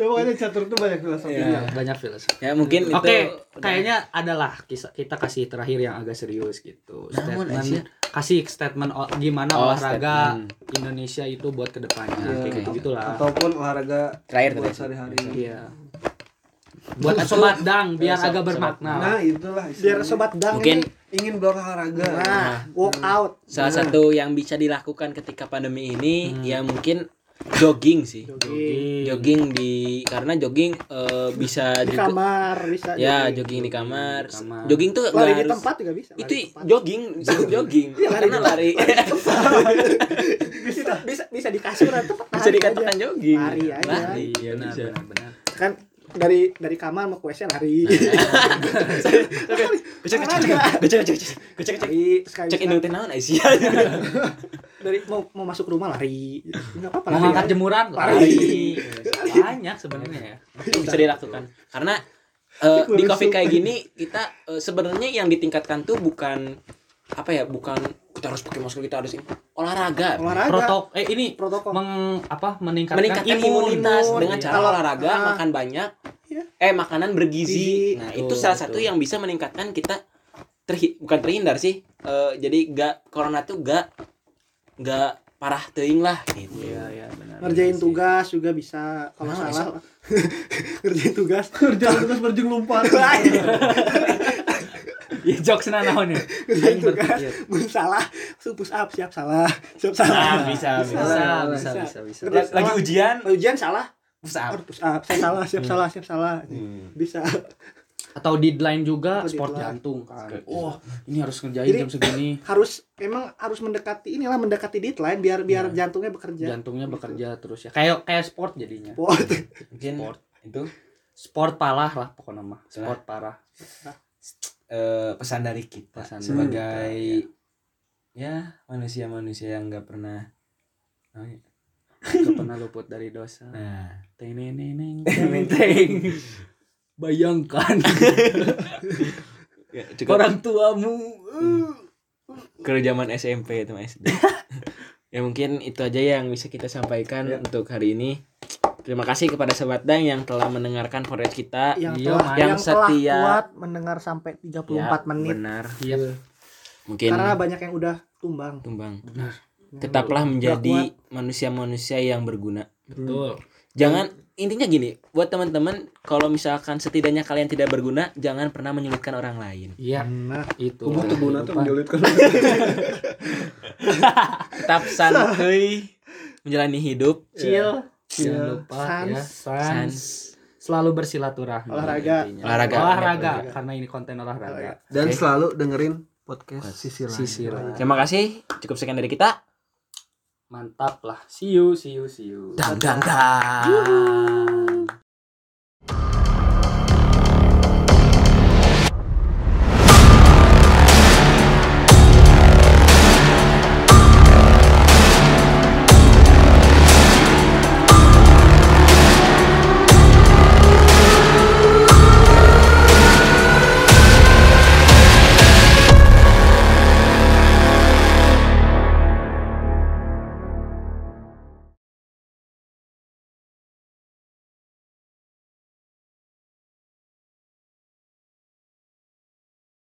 Speaker 4: ya pokoknya catur tuh banyak filosofinya
Speaker 3: banyak filsafat
Speaker 1: ya mungkin itu
Speaker 3: Oke, kayaknya adalah kisah kita kasih terakhir yang agak serius gitu.
Speaker 1: Namun,
Speaker 3: Statement
Speaker 1: Asia.
Speaker 3: kasih statement o- gimana
Speaker 1: Oh,
Speaker 3: olahraga Indonesia itu buat kedepannya
Speaker 4: Iya.
Speaker 3: kayak gitu gitulah.
Speaker 4: ataupun olahraga
Speaker 1: Terakhir,
Speaker 4: buat
Speaker 1: terakhir.
Speaker 4: sehari-hari
Speaker 3: Iya. Buat sobat dang biar
Speaker 1: Sobat-
Speaker 3: agak bermakna.
Speaker 4: nah itulah
Speaker 2: biar
Speaker 4: istilahnya.
Speaker 2: sobat dang
Speaker 1: Mungkin-
Speaker 2: ini-
Speaker 4: ingin berolahraga
Speaker 2: nah walk out
Speaker 1: salah satu yang bisa dilakukan ketika pandemi ini
Speaker 5: Hmm.
Speaker 1: ya mungkin jogging sih
Speaker 2: Jogging.
Speaker 3: Iya.
Speaker 1: jogging di karena jogging eh, bisa
Speaker 2: di
Speaker 1: juga
Speaker 2: kamar bisa
Speaker 1: ya
Speaker 2: jadi.
Speaker 1: jogging di kamar.
Speaker 3: Di kamar.
Speaker 1: jogging tuh
Speaker 2: lari
Speaker 1: nggak
Speaker 2: di
Speaker 1: harus
Speaker 2: tempat juga bisa lari
Speaker 1: itu
Speaker 2: di tempat. Iya,
Speaker 1: jogging disebut jogging
Speaker 2: lari
Speaker 1: karena
Speaker 2: di
Speaker 1: lari
Speaker 2: bisa bisa bisa di kasur atau
Speaker 1: bisa dikatakan jogging
Speaker 2: Lari aja.
Speaker 1: lari ya
Speaker 3: Iya, Benar,
Speaker 1: bisa
Speaker 3: benar, benar.
Speaker 2: kan dari dari kamar mau ke WC lari
Speaker 1: kecek kecek kecek kecek kecek kecek kecek
Speaker 2: Lari, sekali
Speaker 1: cek
Speaker 2: sekali.
Speaker 1: indung teh naon eh, Aisyah
Speaker 2: dari mau mau masuk rumah lari nggak apa-apa
Speaker 1: ya?
Speaker 3: Mau ngangkat jemuran lari. Banyak sebenarnya ya.
Speaker 1: bisa dilakukan karena eh, di covid kayak gini kita eh, sebenarnya yang ditingkatkan tuh bukan apa ya bukan kita harus pakai masker kita harus ini. olahraga
Speaker 2: olahraga
Speaker 3: Protok eh ini
Speaker 2: protokol
Speaker 3: meng apa meningkatkan,
Speaker 1: meningkatkan
Speaker 3: imun.
Speaker 1: imunitas
Speaker 2: imun,
Speaker 1: dengan
Speaker 3: iya.
Speaker 1: cara
Speaker 2: Kalau-
Speaker 1: olahraga
Speaker 2: ah.
Speaker 1: makan banyak
Speaker 2: Iya.
Speaker 1: eh makanan bergizi
Speaker 2: Gizi.
Speaker 1: nah
Speaker 3: Betul,
Speaker 1: itu salah
Speaker 3: betul.
Speaker 1: satu yang bisa meningkatkan kita terhi bukan terhindar sih Eh, jadi gak corona tuh gak gak parah teing lah gitu
Speaker 3: Iya, iya, benar.
Speaker 2: ngerjain
Speaker 3: Benar sih.
Speaker 2: tugas juga bisa kalau
Speaker 1: Nah,
Speaker 2: salah ngerjain tugas
Speaker 4: kerja terus berjung lumpar
Speaker 3: Iya, jokes nanaon ya.
Speaker 2: ngerjain
Speaker 3: Aing
Speaker 2: tugas
Speaker 3: berpikir.
Speaker 2: mun salah langsung push up siap salah siap salah
Speaker 5: bisa,
Speaker 3: Bisa,
Speaker 4: Nah,
Speaker 3: bisa, bisa, bisa.
Speaker 2: Terus
Speaker 5: Lagi
Speaker 2: salah.
Speaker 5: ujian,
Speaker 2: ujian salah
Speaker 5: push up.
Speaker 2: harus push up ah, saya salah siap salah siap salah bisa
Speaker 3: atau deadline juga
Speaker 2: Atau
Speaker 3: sport
Speaker 2: deadline.
Speaker 3: jantung kan.
Speaker 5: Oke.
Speaker 3: Oh, ini harus ngerjain
Speaker 2: Jadi-
Speaker 3: jam segini.
Speaker 2: harus emang harus mendekati inilah mendekati deadline biar biar
Speaker 3: Iya.
Speaker 2: jantungnya bekerja
Speaker 3: Jantungnya bekerja terus ya. Kayak kayak sport jadinya.
Speaker 2: Sport.
Speaker 5: Mungkin
Speaker 3: Sport.
Speaker 5: itu
Speaker 3: Sport parah lah pokoknya mah. Sport parah.
Speaker 5: eh, pesan dari kita
Speaker 3: Pesan dari
Speaker 5: sebagai
Speaker 3: kita,
Speaker 1: iya.
Speaker 5: ya manusia-manusia yang nggak pernah Oh, iya.
Speaker 3: Gak pernah luput dari dosa.
Speaker 5: nah
Speaker 3: Teng neng neng
Speaker 5: Teng,
Speaker 3: teng.
Speaker 5: Bayangkan
Speaker 1: Ya, cukup.
Speaker 5: orang tuamu.
Speaker 1: ke zaman SMP atau SD. ya mungkin itu aja yang bisa kita sampaikan
Speaker 2: Ya.
Speaker 1: untuk hari ini. Terima kasih kepada sobat Dang yang telah mendengarkan podcast kita.
Speaker 2: yang
Speaker 3: Iya,
Speaker 2: telah
Speaker 3: Mas.
Speaker 2: yang,
Speaker 1: Yang setia.
Speaker 2: telah kuat mendengar sampai 34 menit
Speaker 1: Benar.
Speaker 3: Iya.
Speaker 1: Mungkin
Speaker 2: karena banyak yang udah tumbang
Speaker 1: tumbang.
Speaker 3: Benar.
Speaker 1: Tetaplah menjadi
Speaker 2: kuat.
Speaker 1: manusia-manusia yang berguna.
Speaker 3: Betul.
Speaker 1: Jangan intinya gini, buat teman-teman kalau misalkan setidaknya kalian tidak berguna, jangan pernah menyulitkan orang lain.
Speaker 3: Iya,
Speaker 2: nah
Speaker 3: itu.
Speaker 4: Kubu tuh guna tuh Iya. menyulitkan.
Speaker 1: Tetap santuy menjalani hidup.
Speaker 2: chill
Speaker 4: Iya.
Speaker 3: Jangan lupa
Speaker 2: Sans.
Speaker 3: ya, sans.
Speaker 1: Sans.
Speaker 3: Selalu bersilaturahmi.
Speaker 2: Olahraga.
Speaker 1: Olahraga.
Speaker 3: Olahraga, karena ini konten olahraga. Eh,
Speaker 4: Dan selalu dengerin podcast sisi lain.
Speaker 3: Sisir.
Speaker 1: Terima kasih. Cukup sekian dari kita.
Speaker 3: Mantap lah. See you, see you, see you.
Speaker 1: Dang dang dang.